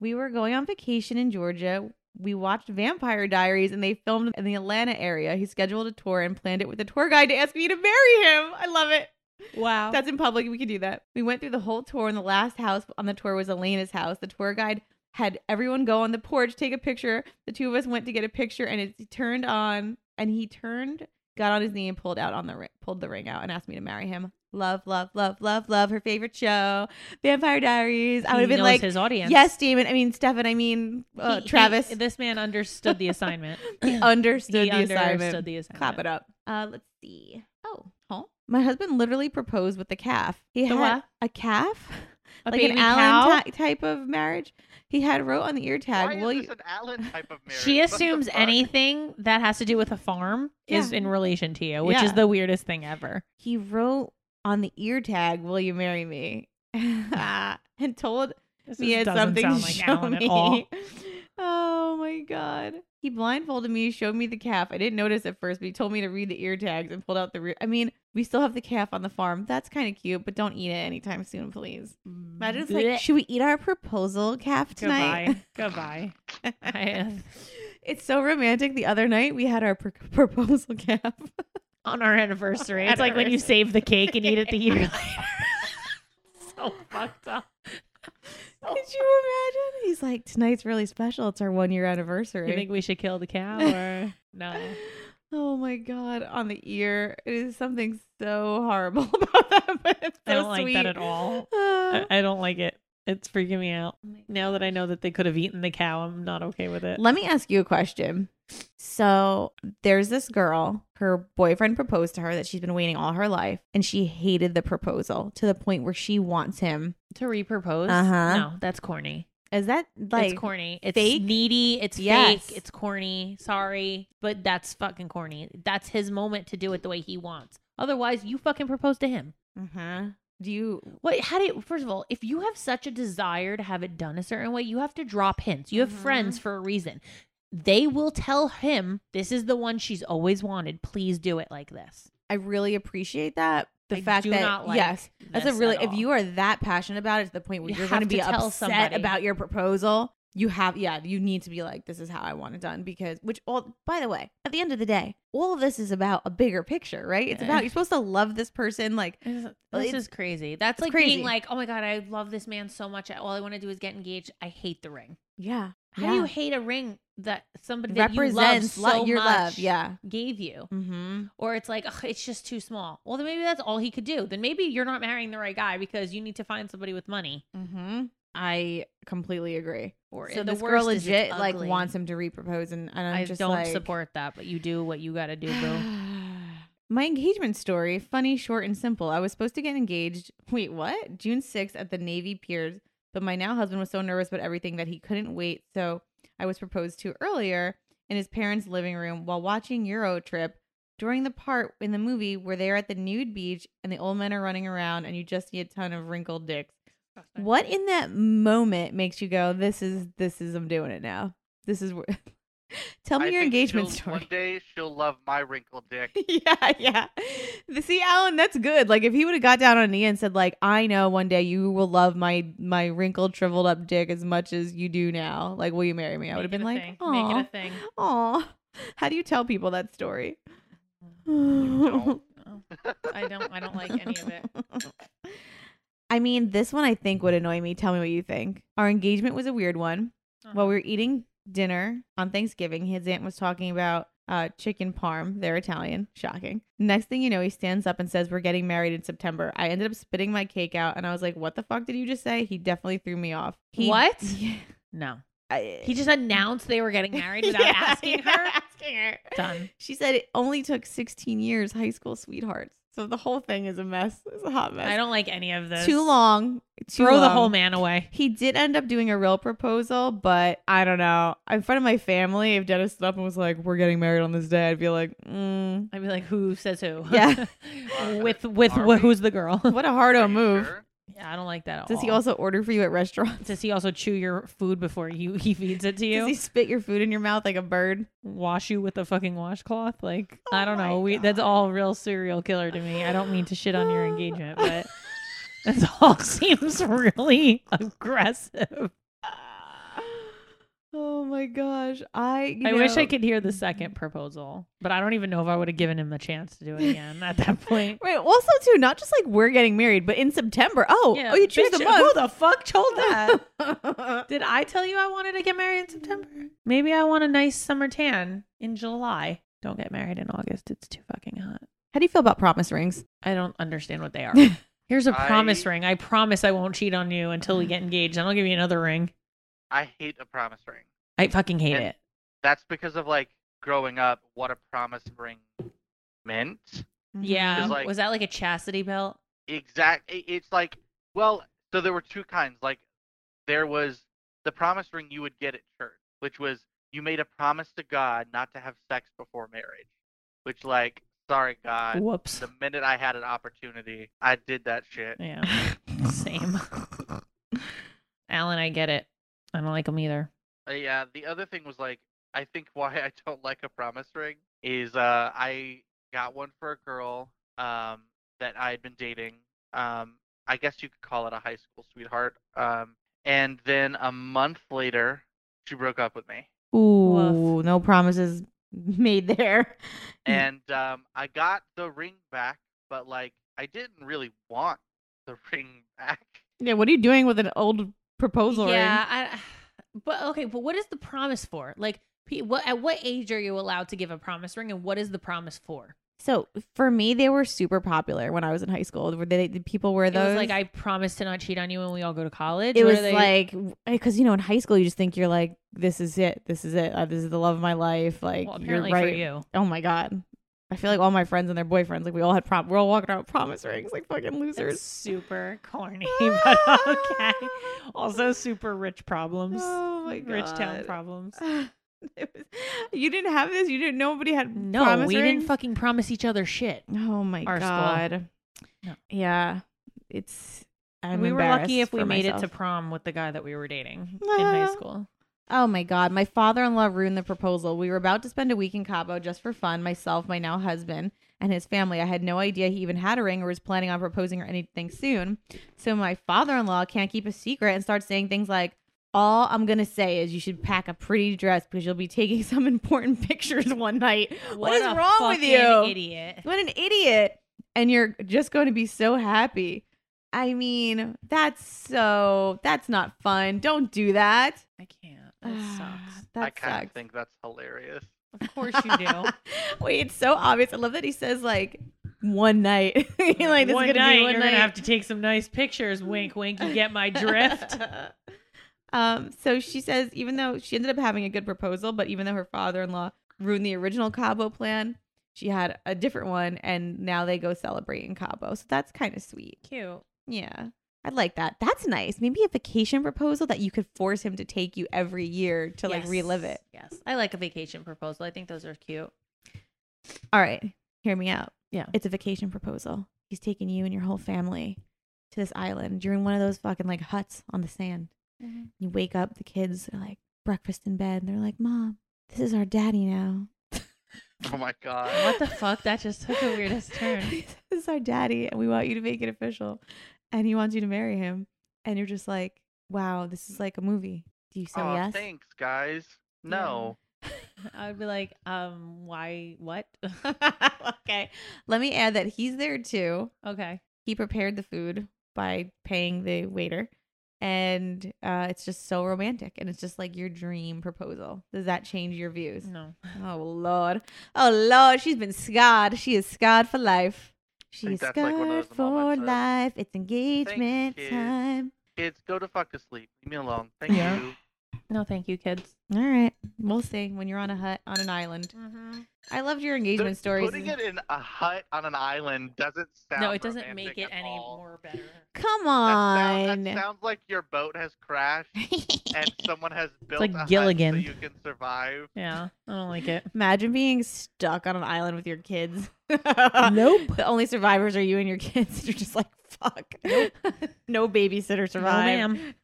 Speaker 2: we were going on vacation in Georgia. We watched Vampire Diaries and they filmed in the Atlanta area. He scheduled a tour and planned it with the tour guide to ask me to marry him. I love it.
Speaker 3: Wow.
Speaker 2: That's in public. We could do that. We went through the whole tour, and the last house on the tour was Elena's house. The tour guide had everyone go on the porch, take a picture. The two of us went to get a picture, and it turned on, and he turned, got on his knee, and pulled out on the ri- pulled the ring out, and asked me to marry him. Love, love, love, love, love. Her favorite show, Vampire Diaries. I would have been like,
Speaker 3: his audience.
Speaker 2: yes, Damon. I mean, Stefan. I mean, uh,
Speaker 3: He- he-
Speaker 2: Travis.
Speaker 3: this man understood the assignment.
Speaker 2: He understood
Speaker 3: He
Speaker 2: the assignment.
Speaker 3: the assignment.
Speaker 2: Clap it up. Uh, let's see. Oh, huh? My husband literally proposed with a calf. He had
Speaker 3: what?
Speaker 2: a calf,
Speaker 3: A
Speaker 2: like
Speaker 3: baby
Speaker 2: an
Speaker 3: cow?
Speaker 2: Allen ti- type of marriage. He had wrote on the ear
Speaker 4: Why
Speaker 2: tag.
Speaker 4: is
Speaker 2: Will
Speaker 4: this
Speaker 2: you?
Speaker 4: an Alan type of marriage?
Speaker 3: She
Speaker 4: What the
Speaker 3: assumes
Speaker 4: fuck?
Speaker 3: anything that has to do with a farm is in relation to you, which
Speaker 2: Yeah.
Speaker 3: is the weirdest thing ever.
Speaker 2: He wrote on the ear tag, "Will you marry me?" and told
Speaker 3: This
Speaker 2: me
Speaker 3: is-
Speaker 2: had something
Speaker 3: doesn't sound
Speaker 2: to
Speaker 3: like
Speaker 2: show
Speaker 3: Alan
Speaker 2: me.
Speaker 3: at all.
Speaker 2: Oh my god. He blindfolded me, showed me the calf. I didn't notice at first, but he told me to read the ear tags and pulled out the. Re- I mean, we still have the calf on the farm. That's kind of cute, but don't eat it anytime soon, please. Imagine it's like,
Speaker 3: Blech.
Speaker 2: should we eat our proposal calf tonight?
Speaker 3: Goodbye. Goodbye. I-
Speaker 2: it's so romantic. The other night we had our pr- proposal calf.
Speaker 3: Oh. on our anniversary. It's like when you save the cake and eat it the year later. so fucked up.
Speaker 2: Could you imagine? He's like, tonight's really special. It's our one year anniversary.
Speaker 3: You think we should kill the cow or no?
Speaker 2: Oh my god, on the ear. It is something so horrible about that, but it's so
Speaker 3: I don't like
Speaker 2: sweet.
Speaker 3: that at all.
Speaker 2: Uh,
Speaker 3: I, I don't like it. It's freaking me out. Now that I know that they could have eaten the cow, I'm not okay with it.
Speaker 2: let me ask you a question. So there's this girl, her boyfriend proposed to her that she's been waiting all her life, and she hated the proposal to the point where she wants him.
Speaker 3: To repropose?
Speaker 2: Uh-huh.
Speaker 3: No, that's corny.
Speaker 2: Is that like
Speaker 3: it's corny. It's
Speaker 2: fake?
Speaker 3: needy. It's
Speaker 2: Yes.
Speaker 3: fake. It's corny. Sorry, but that's fucking corny. That's his moment to do it the way he wants. Otherwise, you fucking propose to him.
Speaker 2: uh-huh.
Speaker 3: Mm-hmm.
Speaker 2: do you
Speaker 3: What? How do you? First of all, if you have such a desire to have it done a certain way, you have to drop hints. You have friends for a reason. They will tell him this is the one she's always wanted. Please do it like this.
Speaker 2: I really appreciate that. The
Speaker 3: I
Speaker 2: fact
Speaker 3: do
Speaker 2: that
Speaker 3: not like
Speaker 2: yes, that's a
Speaker 3: this
Speaker 2: really
Speaker 3: at
Speaker 2: if
Speaker 3: all.
Speaker 2: you are that passionate about it to the point where
Speaker 3: You
Speaker 2: you are
Speaker 3: have
Speaker 2: going to
Speaker 3: to
Speaker 2: be
Speaker 3: tell
Speaker 2: upset
Speaker 3: somebody.
Speaker 2: about your proposal, you have yeah, you need to be like this is how I want it done because which all by the way, at the end of the day, all of this is about a bigger picture, right? It's
Speaker 3: Yeah.
Speaker 2: about you're supposed to love this person like
Speaker 3: This is-
Speaker 2: Well,
Speaker 3: this
Speaker 2: it's-
Speaker 3: is crazy. That's
Speaker 2: it's
Speaker 3: like
Speaker 2: crazy.
Speaker 3: being like, oh my god, I love this man so much. All I want to do is get engaged. I hate the ring.
Speaker 2: yeah.
Speaker 3: How do you hate a ring that somebody that you love
Speaker 2: represents lo-
Speaker 3: so
Speaker 2: your
Speaker 3: much
Speaker 2: love? Yeah.
Speaker 3: gave you?
Speaker 2: Mhm.
Speaker 3: Or it's like, "Ugh, it's just too small. Well, then maybe that's all he could do. Then maybe you're not marrying the right guy because you need to find somebody with money.
Speaker 2: Mhm. I completely agree.
Speaker 3: Or
Speaker 2: So
Speaker 3: the
Speaker 2: this girl
Speaker 3: worst is
Speaker 2: legit
Speaker 3: it's
Speaker 2: like
Speaker 3: ugly.
Speaker 2: wants him to repropose and, and I'm
Speaker 3: I
Speaker 2: just
Speaker 3: don't
Speaker 2: like,
Speaker 3: support that, but you do what you got to do, boo.
Speaker 2: My engagement story, funny, short, and simple. I was supposed to get engaged, wait, what? June 6th at the Navy Piers, but my now husband was so nervous about everything that he couldn't wait. So I was proposed to earlier in his parents' living room while watching Euro Trip during the part in the movie where they're at the nude beach and the old men are running around and you just see a ton of wrinkled dicks. What in that moment makes you go, this is, this is, I'm doing it now? This is, where tell me
Speaker 4: I
Speaker 2: your
Speaker 4: think
Speaker 2: engagement
Speaker 4: she'll-
Speaker 2: story.
Speaker 4: One day she'll love my wrinkled dick.
Speaker 2: yeah, yeah. The- See, Alan, that's good. Like if he would have got down on a knee and said, like, I know one day you will love my my wrinkled, shriveled up dick as much as you do now. Like, will you marry me? I would have been like,
Speaker 8: make it
Speaker 2: oh,
Speaker 8: a thing.
Speaker 2: aw. How do you tell people that story?
Speaker 4: don't.
Speaker 8: I don't. I don't like any of it.
Speaker 2: I mean, this one I think would annoy me. Tell me what you think. Our engagement was a weird one.
Speaker 3: Uh-huh.
Speaker 2: While we were eating dinner on Thanksgiving, his aunt was talking about uh, chicken parm. They're Italian. Shocking. Next thing you know, he stands up and says, We're getting married in September. I ended up spitting my cake out and I was like, What the fuck did you just say? He definitely threw me off. He,
Speaker 3: What?
Speaker 2: Yeah.
Speaker 3: No.
Speaker 2: I-
Speaker 3: He just announced they were getting married without
Speaker 2: Yeah,
Speaker 3: asking
Speaker 2: yeah,
Speaker 3: her.
Speaker 2: asking her.
Speaker 3: Done.
Speaker 2: She said it only took 16 years, high school sweethearts. So the whole thing is a mess. It's a hot mess.
Speaker 3: I don't like any of this.
Speaker 2: Too long. Too
Speaker 3: Throw the
Speaker 2: long.
Speaker 3: whole man away.
Speaker 2: He did end up doing a real proposal, but I don't know. In front of my family, if Dennis stood up and was like, "We're getting married on this day," I'd be like, mm,
Speaker 3: I'd be like, who says who?
Speaker 2: Yeah.
Speaker 3: with with
Speaker 4: Are we?
Speaker 3: wh- who's the girl?
Speaker 2: "What a hard
Speaker 4: Are
Speaker 2: on
Speaker 4: you
Speaker 2: move."
Speaker 4: sure?
Speaker 3: yeah, I don't like that at
Speaker 2: Does
Speaker 3: all.
Speaker 2: he also order for you at restaurants?
Speaker 3: Does he also chew your food before you he feeds it to you?
Speaker 2: Does he spit your food in your mouth like a bird?
Speaker 3: wash you with a fucking washcloth? Like
Speaker 2: Oh
Speaker 3: I don't
Speaker 2: my
Speaker 3: know. We that's
Speaker 2: God.
Speaker 3: all real serial killer to me. I don't mean to shit on your engagement, but this all seems really aggressive.
Speaker 2: Oh my gosh! I you
Speaker 3: I wish
Speaker 2: know-
Speaker 3: I could hear the second proposal, but I don't even know if I would have given him a chance to do it again at that point.
Speaker 2: Right. Also, too, not just like we're getting married, but in September. Oh,
Speaker 3: Yeah,
Speaker 2: oh, you choose the
Speaker 3: bitch,
Speaker 2: month.
Speaker 3: Who the fuck told that? Did I tell you I wanted to get married in September? Maybe I want a nice summer tan in July. Don't get married in August. It's too fucking hot.
Speaker 2: How do you feel about promise rings?
Speaker 3: I don't understand what they are. Here's a promise
Speaker 4: I-
Speaker 3: ring. I promise I won't cheat on you until we get engaged. and I'll give you another ring.
Speaker 4: I hate a promise ring.
Speaker 3: I fucking hate
Speaker 4: And-
Speaker 3: it.
Speaker 4: That's because of like growing up, what a promise ring meant.
Speaker 3: Yeah.
Speaker 4: like-
Speaker 3: Was that like a chastity belt?
Speaker 4: Exact. i- It's like, well, so there were two kinds. Like, there was the promise ring you would get at church, which was you made a promise to God not to have sex before marriage, which, like, sorry, God,
Speaker 3: Whoops.
Speaker 4: the minute I had an opportunity, I did that shit.
Speaker 3: Yeah. Same. Alan, I get it. I don't like them either.
Speaker 4: Uh, yeah. The other thing was like, I think why I don't like a promise ring is uh, I got one for a girl um, that I had been dating. Um, I guess you could call it a high school sweetheart. Um, and then a month later, she broke up with me.
Speaker 2: Ooh, no promises made there. Hmm.
Speaker 4: and um, I got the ring back, but like I didn't really want the ring back.
Speaker 2: Yeah, what are you doing with an old proposal
Speaker 15: yeah,
Speaker 2: ring?
Speaker 15: I, but okay, but what is the promise for? Like, pe- what at what age are you allowed to give a promise ring, and what is the promise for?
Speaker 2: So for me, they were super popular when I was in high school. Were they, the people wear
Speaker 15: It was
Speaker 2: those?
Speaker 15: like I promise to not cheat on you when we all go to college.
Speaker 2: It
Speaker 15: What are
Speaker 2: was
Speaker 15: they-
Speaker 2: like because you know in high school you just think you're like this is it, this is it, uh, this is the love of my life. Like
Speaker 3: Well,
Speaker 2: you're
Speaker 3: apparently
Speaker 2: right.
Speaker 3: for you.
Speaker 2: Oh my god. I feel like all my friends and their boyfriends, like we all had prom, we're all walking around with promise rings, like fucking
Speaker 3: That's
Speaker 2: losers.
Speaker 3: super corny, but okay. Also, super rich problems.
Speaker 2: Oh my
Speaker 3: Rich town
Speaker 2: God.
Speaker 3: problems.
Speaker 2: It was- you didn't have this. You didn't. Nobody had.
Speaker 15: no,
Speaker 2: promise
Speaker 15: we
Speaker 2: rings?
Speaker 15: didn't fucking promise each other shit.
Speaker 2: Oh my
Speaker 3: our school.
Speaker 2: god.
Speaker 3: No.
Speaker 2: Yeah, it's. I'm
Speaker 3: we were lucky
Speaker 2: embarrassed
Speaker 3: if we
Speaker 2: for
Speaker 3: made it to
Speaker 2: myself.
Speaker 3: prom with the guy that we were dating in high
Speaker 2: Ah.
Speaker 3: school.
Speaker 2: Oh my god, my father-in-law ruined the proposal. We were about to spend a week in Cabo just for fun. Myself, my now husband, and his family. I had no idea he even had a ring or was planning on proposing or anything soon. So my father-in-law can't keep a secret and starts saying things like, "All I'm gonna say is you should pack a pretty dress because you'll be taking some important pictures one night." what is
Speaker 3: a
Speaker 2: wrong with
Speaker 3: fucking
Speaker 2: you?
Speaker 3: Idiot.
Speaker 2: What an idiot. And you're just going to be so happy. I mean, that's so, that's not fun. Don't do that. Ah,
Speaker 3: I can't. That sucks.
Speaker 2: that
Speaker 4: I kind
Speaker 2: sucks.
Speaker 4: of think that's hilarious.
Speaker 3: Of course you do.
Speaker 2: Wait, it's so obvious. I love that he says, like, one night. like, this is
Speaker 3: one
Speaker 2: gonna
Speaker 3: night
Speaker 2: be one
Speaker 3: you're
Speaker 2: night.
Speaker 3: gonna have to take some nice pictures. Wink, wink. You get my drift.
Speaker 2: um, so she says, even though she ended up having a good proposal, but even though her father in law ruined the original Cabo plan, she had a different one, and now they go celebrate in Cabo. So that's kind of sweet.
Speaker 3: Cute.
Speaker 2: Yeah. I like that. That's nice. Maybe a vacation proposal that you could force him to take you every year to like relive it.
Speaker 15: Yes, I like a vacation proposal. I think those are cute.
Speaker 2: All right. Hear me out.
Speaker 3: Yeah.
Speaker 2: It's a vacation proposal. He's taking you and your whole family to this island. You're in one of those fucking like huts on the sand. You wake up, the kids are like breakfast in bed, and they're like, Mom, this is our daddy now.
Speaker 4: Oh my god.
Speaker 3: What the fuck? That just took the weirdest turn.
Speaker 2: this is our daddy, and we want you to make it official. And he wants you to marry him. And you're just like, Wow, this is like a movie. Do you say
Speaker 4: Aw,
Speaker 2: yes?
Speaker 4: Oh, Thanks, guys. No.
Speaker 3: I would be like, um, why? What?
Speaker 2: okay. Let me add that he's there too.
Speaker 3: okay.
Speaker 2: He prepared the food by paying the waiter. And uh, it's just so romantic. And it's just like your dream proposal. Does that change your views?
Speaker 3: No.
Speaker 2: Oh, Lord. Oh, Lord. She's been scarred. She is scarred for life. She
Speaker 4: think
Speaker 2: is
Speaker 4: that's like
Speaker 2: scarred
Speaker 4: one of those
Speaker 2: for
Speaker 4: moments of,
Speaker 2: life. It's engagement
Speaker 4: kid.
Speaker 2: time.
Speaker 4: Kids, go to fuck to sleep. Leave me alone. Thank
Speaker 2: Yeah.
Speaker 4: you.
Speaker 3: No, thank you, kids. Mm-hmm.
Speaker 2: All right. We'll see when you're on a hut on an island. I loved your engagement
Speaker 4: The-
Speaker 2: stories.
Speaker 4: Putting it in a hut on an island doesn't sound.
Speaker 16: no, it doesn't
Speaker 4: romantic
Speaker 16: make it
Speaker 4: at
Speaker 16: any
Speaker 4: all.
Speaker 16: more better.
Speaker 2: Come
Speaker 4: That,
Speaker 2: on.
Speaker 4: sound, that sounds like your boat has crashed and someone has built
Speaker 5: like
Speaker 4: a hut
Speaker 5: Gilligan.
Speaker 4: so you can survive.
Speaker 3: Yeah, I don't like it.
Speaker 2: Imagine being stuck on an island with your kids.
Speaker 5: Nope.
Speaker 2: The only survivors are you and your kids. You're just like, fuck. no babysitter survived.
Speaker 3: ma'am.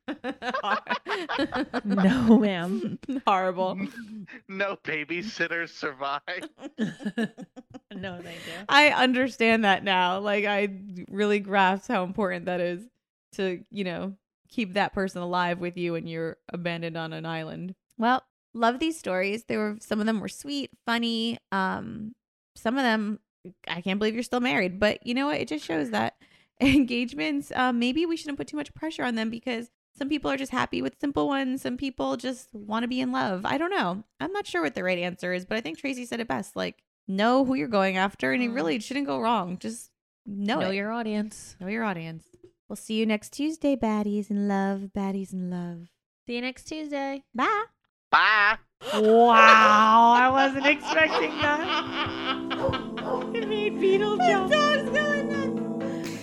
Speaker 2: No,
Speaker 3: No, ma'am.
Speaker 2: Horrible.
Speaker 4: No babysitters survive.
Speaker 3: No, thank you.
Speaker 2: I understand that now. Like, I really grasp how important that is to, you know, keep that person alive with you when you're abandoned on an island. Well, love these stories. They were, some of them were sweet, funny. Um, some of them, I can't believe you're still married, but you know what? It just shows that engagements, uh, maybe we shouldn't put too much pressure on them because some people are just happy with simple ones. Some people just want to be in love. I don't know. I'm not sure what the right answer is, but I think Tracy said it best. Like, know who you're going after, and it really shouldn't go wrong. Just Mm. know,
Speaker 16: know
Speaker 2: it.
Speaker 16: your audience.
Speaker 2: know your audience. We'll see you next Tuesday, baddies in love, baddies in love.
Speaker 16: See you next Tuesday.
Speaker 2: Bye.
Speaker 4: Bye.
Speaker 3: Wow, I wasn't expecting that. It made Beetle jump.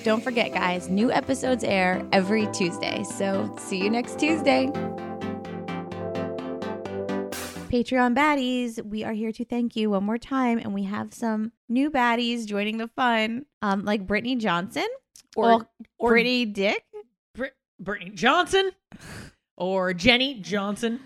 Speaker 1: Don't forget, guys, new episodes air every Tuesday. So see you next Tuesday.
Speaker 2: Patreon baddies, we are here to thank you one more time, and we have some new baddies joining the fun, um, like Brittany Johnson or,
Speaker 3: Oh, or-
Speaker 2: Brittany Dick.
Speaker 3: Brittany Johnson or Jenny Johnson.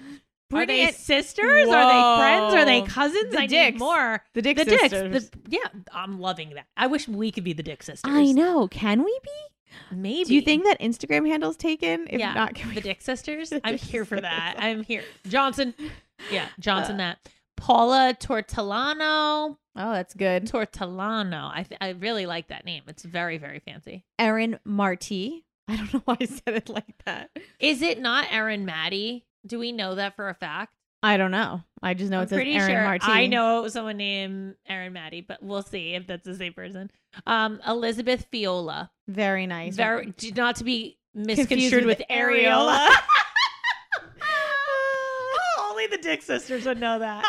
Speaker 2: Brittany
Speaker 3: are they
Speaker 2: and-
Speaker 3: sisters? Are they friends? Are they
Speaker 2: Whoa.
Speaker 3: cousins?
Speaker 2: The
Speaker 3: I
Speaker 2: Dicks.
Speaker 3: need more.
Speaker 2: The Dick
Speaker 3: the dicks. The, yeah, I'm loving that. I wish we could be the Dick sisters.
Speaker 2: I know. Can we be?
Speaker 3: Maybe.
Speaker 2: Do you think that Instagram handle's taken? If
Speaker 3: Yeah.
Speaker 2: not, can we?
Speaker 3: the Dick sisters?
Speaker 2: The
Speaker 3: I'm
Speaker 2: Dick
Speaker 3: here for that.
Speaker 2: sisters.
Speaker 3: I'm here. Johnson. Yeah,
Speaker 2: Uh,
Speaker 3: Johnson that. Paula Tortellano.
Speaker 2: Oh, that's good.
Speaker 3: Tortellano. I, th- I really like that name. It's very, very fancy.
Speaker 2: Erin Marty. I don't know why I said it like that.
Speaker 16: Is it not Erin Maddie? Do we know that for a fact?
Speaker 2: I don't know. I just know
Speaker 3: I'm
Speaker 2: it says
Speaker 3: pretty
Speaker 2: Erin
Speaker 3: sure
Speaker 2: Marty.
Speaker 3: I know it was someone named Erin Maddie, but we'll see if that's the same person. Um, Elizabeth Fiola.
Speaker 2: Very nice.
Speaker 3: Very, d- not to be
Speaker 2: Confused
Speaker 3: misconstrued with, Ariola.
Speaker 16: Ah.
Speaker 3: Oh, Only the Dick sisters would know that.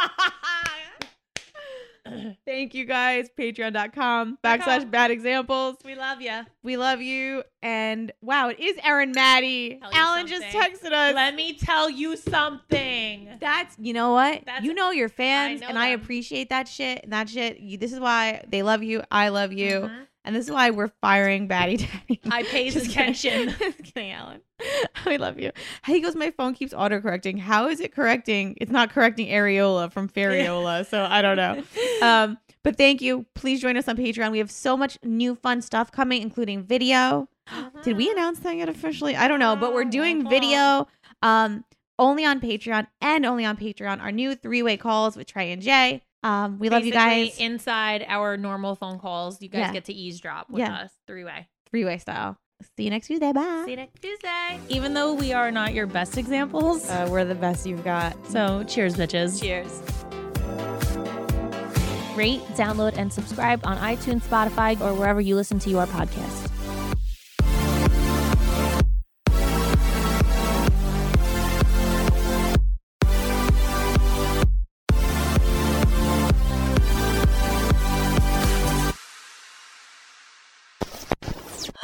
Speaker 2: Thank you guys. Patreon.com backslash bad examples.
Speaker 3: we love you.
Speaker 2: We love you. And wow, it is Erin Maddie.
Speaker 3: Tell you
Speaker 2: Alan just
Speaker 3: something.
Speaker 2: texted us.
Speaker 3: Let me tell you something.
Speaker 2: That's you know what
Speaker 3: That's-
Speaker 2: you know your fans,
Speaker 3: know
Speaker 2: and I
Speaker 3: them.
Speaker 2: appreciate that shit. And that shit, you, this is why they love you. I love you,
Speaker 16: Mm-hmm.
Speaker 3: Mhm.
Speaker 2: and this is why we're firing Batty Daddy.
Speaker 3: I pays
Speaker 2: Just
Speaker 3: attention.
Speaker 2: Kidding. Just kidding, Alan. We love you. He goes, my phone keeps autocorrecting. How is it correcting? It's not correcting areola from feriola, so I don't know. Um, but thank you. Please join us on Patreon. We have so much new fun stuff coming, including video. Did we announce that yet officially? I don't know, but we're doing video um only on Patreon and only on Patreon. Our new three-way calls with Trey and Jay. Um, we love you
Speaker 16: Basically,
Speaker 2: guys.
Speaker 16: Inside our normal phone calls, you guys
Speaker 2: Yeah.
Speaker 16: get to eavesdrop with
Speaker 2: Yeah.
Speaker 16: us three way.
Speaker 2: three-way style. See you next Tuesday. Bye.
Speaker 16: See you next Tuesday.
Speaker 5: Even though we are not your best examples,
Speaker 2: uh, we're the best you've got.
Speaker 5: so cheers, bitches.
Speaker 16: Cheers.
Speaker 1: Rate, download, and subscribe on iTunes, Spotify, or wherever you listen to your podcast.